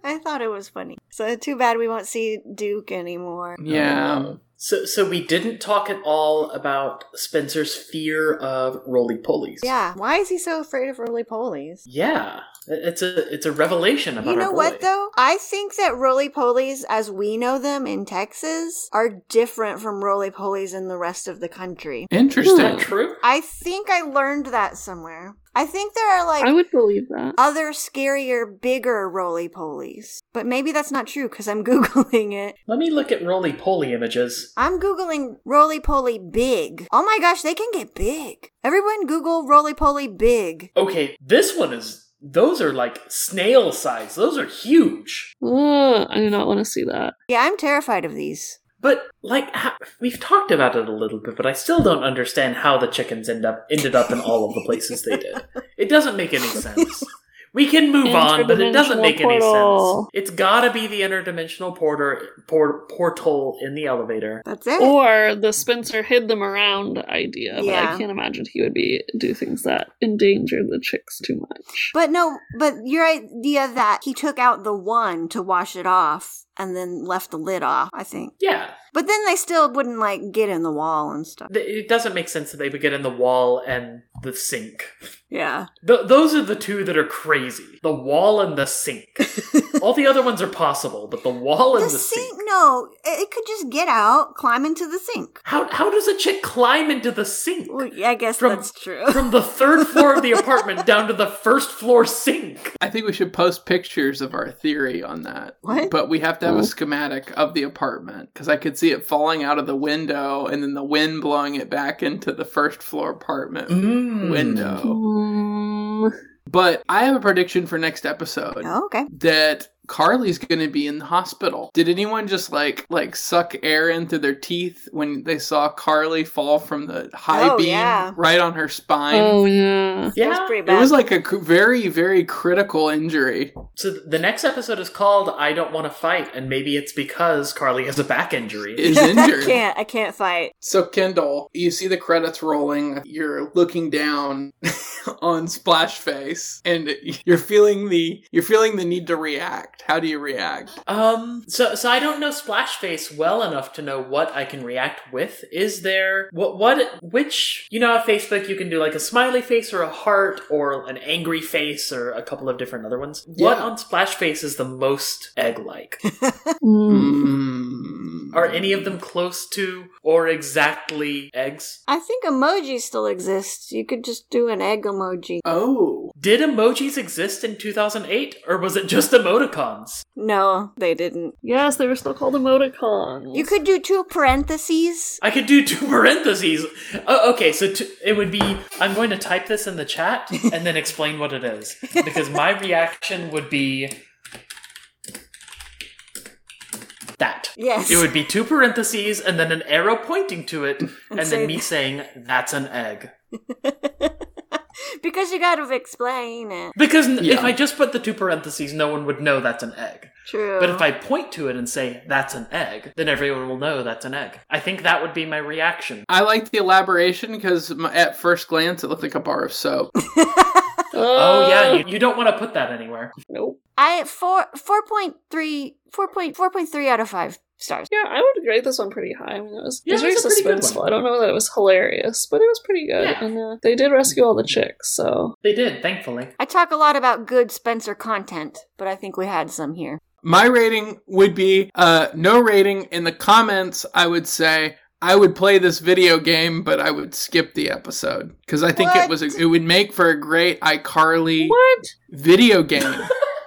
B: I thought it was funny. So too bad we won't see Duke anymore.
D: Yeah.
C: So, so we didn't talk at all about Spencer's fear of roly polies.
B: Yeah, why is he so afraid of roly polies?
C: yeah. It's a it's a revelation about
B: You know
C: our boy.
B: what though? I think that roly polies as we know them in Texas are different from roly polies in the rest of the country.
C: Is that
D: Interesting.
B: Hmm.
C: true?
B: I think I learned that somewhere. I think there are like
E: I would believe that.
B: other scarier, bigger roly polies. But maybe that's not true because I'm Googling it.
C: Let me look at roly poly images.
B: I'm Googling roly poly big. Oh my gosh, they can get big. Everyone Google roly poly big.
C: Okay, this one is. Those are like snail size. Those are huge.
E: Ugh, I do not want to see that.
B: Yeah, I'm terrified of these.
C: But like ha- we've talked about it a little bit, but I still don't understand how the chickens end up ended up in all of the places they did. It doesn't make any sense. We can move on, but it doesn't make any sense.
E: Interdimensional portal.
C: It's gotta be the interdimensional porter, por- portal in the elevator.
B: That's it.
E: Or the Spencer hid them around idea, but
B: Yeah.
E: I can't imagine he would be do things that endanger the chicks too much.
B: But no, but your idea that he took out the one to wash it off and then left the lid off, I think.
C: Yeah,
B: But then they still wouldn't like get in the wall and stuff.
C: Th- it doesn't make sense that they would get in the wall and the sink.
B: Yeah.
C: Th- those are the two that are crazy: the wall and the sink. all the other ones are possible, but the wall and
B: The
C: the,
B: sink? No, it it could just get out, climb into the sink.
C: How how does a chick climb into the sink?
B: Well, yeah, I guess
C: From-
B: that's true.
C: From the third floor of the apartment down to the first floor sink.
D: I think we should post pictures of our theory on that.
B: What?
D: But we have to have
E: Oh.
D: a schematic of the apartment because I could see it falling out of the window and then the wind blowing it back into the first floor apartment window.
C: Oh.
E: Mm,
D: But I have a prediction for next episode
B: Oh, okay.
D: that Carly's going to be in the hospital. Did anyone just like like suck air in through their teeth when they saw Carly fall from the high
B: Oh,
D: beam
B: yeah.
D: right on her spine?
E: oh yeah.
B: That was
C: Yeah.
B: pretty
D: It
B: bad.
D: was like a cr- very very critical injury.
C: So the next episode is called I Don't Want to Fight, and maybe it's because Carly has a back injury.
D: Is
B: I
D: injured.
B: can't. I can't fight.
D: So Kendall, you see the credits rolling, you're looking down on Splash Face and you're feeling the you're feeling the need to react. How do you react?
C: Um so so I don't know Splashface well enough to know what I can react with. Is there what what which you know on Facebook you can do like a smiley face or a heart or an angry face or a couple of different other ones. What
D: Yeah.
C: on Splashface is the most egg like? Hmm.
E: Mm.
D: Mm.
C: Are any of them close to or exactly eggs?
B: I think emoji still exists. You could just do an egg emoji.
D: Oh.
C: Did emojis exist in 2008 or was it just emoticons?
B: No, they didn't.
E: Yes, they were still called emoticons.
B: You could do two parentheses.
C: I could do two parentheses. Oh, okay, so t- it would be I'm going to type this in the chat and then explain what it is because my reaction would be that.
B: Yes.
C: It would be two parentheses and then an arrow pointing to it and
B: say-
C: then me saying that's an egg.
B: because you got to explain it.
C: Because n- if
D: Yeah.
C: I just put the two parentheses, no one would know that's an egg.
B: True.
C: But if I point to it and say, that's an egg, then everyone will know that's an egg. I think that would be my reaction.
D: I liked the elaboration because at first glance it looked like a bar of soap.
C: Oh, yeah,
E: Uh,
C: you, you don't want to put that anywhere.
E: nope.
B: I four four point three four point four point three out of five stars.
E: Yeah, I would grade this one pretty high. I mean, it was,
C: Yeah,
E: it was very
C: it was a pretty good
E: suspenseful.
C: one.
E: I don't know that it was hilarious, but it was pretty good.
C: Yeah.
E: And uh, they did rescue all the chicks, so
C: They did, thankfully.
B: I talk a lot about good Spencer content, but I think we had some here.
D: My rating would be uh no rating in the comments. I would say I would play this video game, but I would skip the episode because I think
B: What?
D: it was a, it would make for a great iCarly
E: what?
D: video game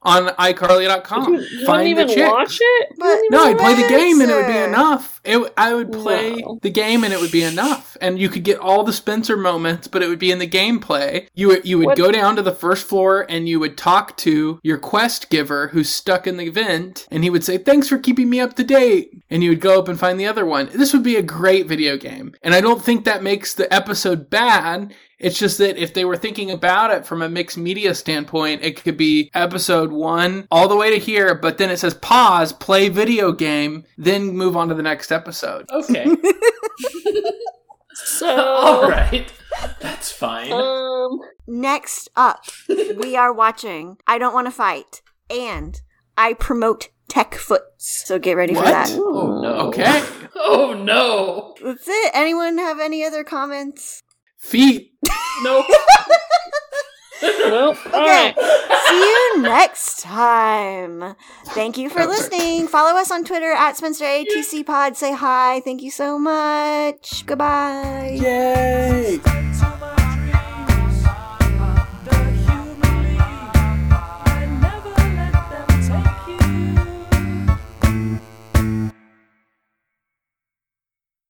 D: on iCarly.com.
E: You, you
D: Find
E: wouldn't
D: the
E: even
D: chick.
E: watch it. You
B: But-
E: wouldn't
D: No,
E: even
D: I'd play the game and it would be
B: Answer.
D: enough. It, w- I would play
E: Wow.
D: the game and it would be enough. And you could get all the Spencer moments, but it would be in the gameplay. You would, you would
E: What-
D: go down to the first floor and you would talk to your quest giver who's stuck in the vent, and he would say, "Thanks for keeping me up to date." And you would go up and find the other one. This would be a great video game, and I don't think that makes the episode bad. It's just that if they were thinking about it from a mixed media standpoint, it could be episode one all the way to here, but then it says pause, play video game, then move on to the next episode.
C: Okay. All
E: So,
C: right. That's fine.
E: um,
B: Next up, we are watching I Don't Want to Fight and I Promote Tech Foots. So get ready
D: What?
B: for that.
C: Oh no.
D: Okay.
C: Oh no.
B: That's it. Anyone have any other comments?
D: Feet.
C: No.
E: well, all
B: Okay.
E: right.
B: See you next time. Thank you for listening. Follow us on Twitter at Spencer ATC Pod. Say hi. Thank you so much. Goodbye.
D: Yay.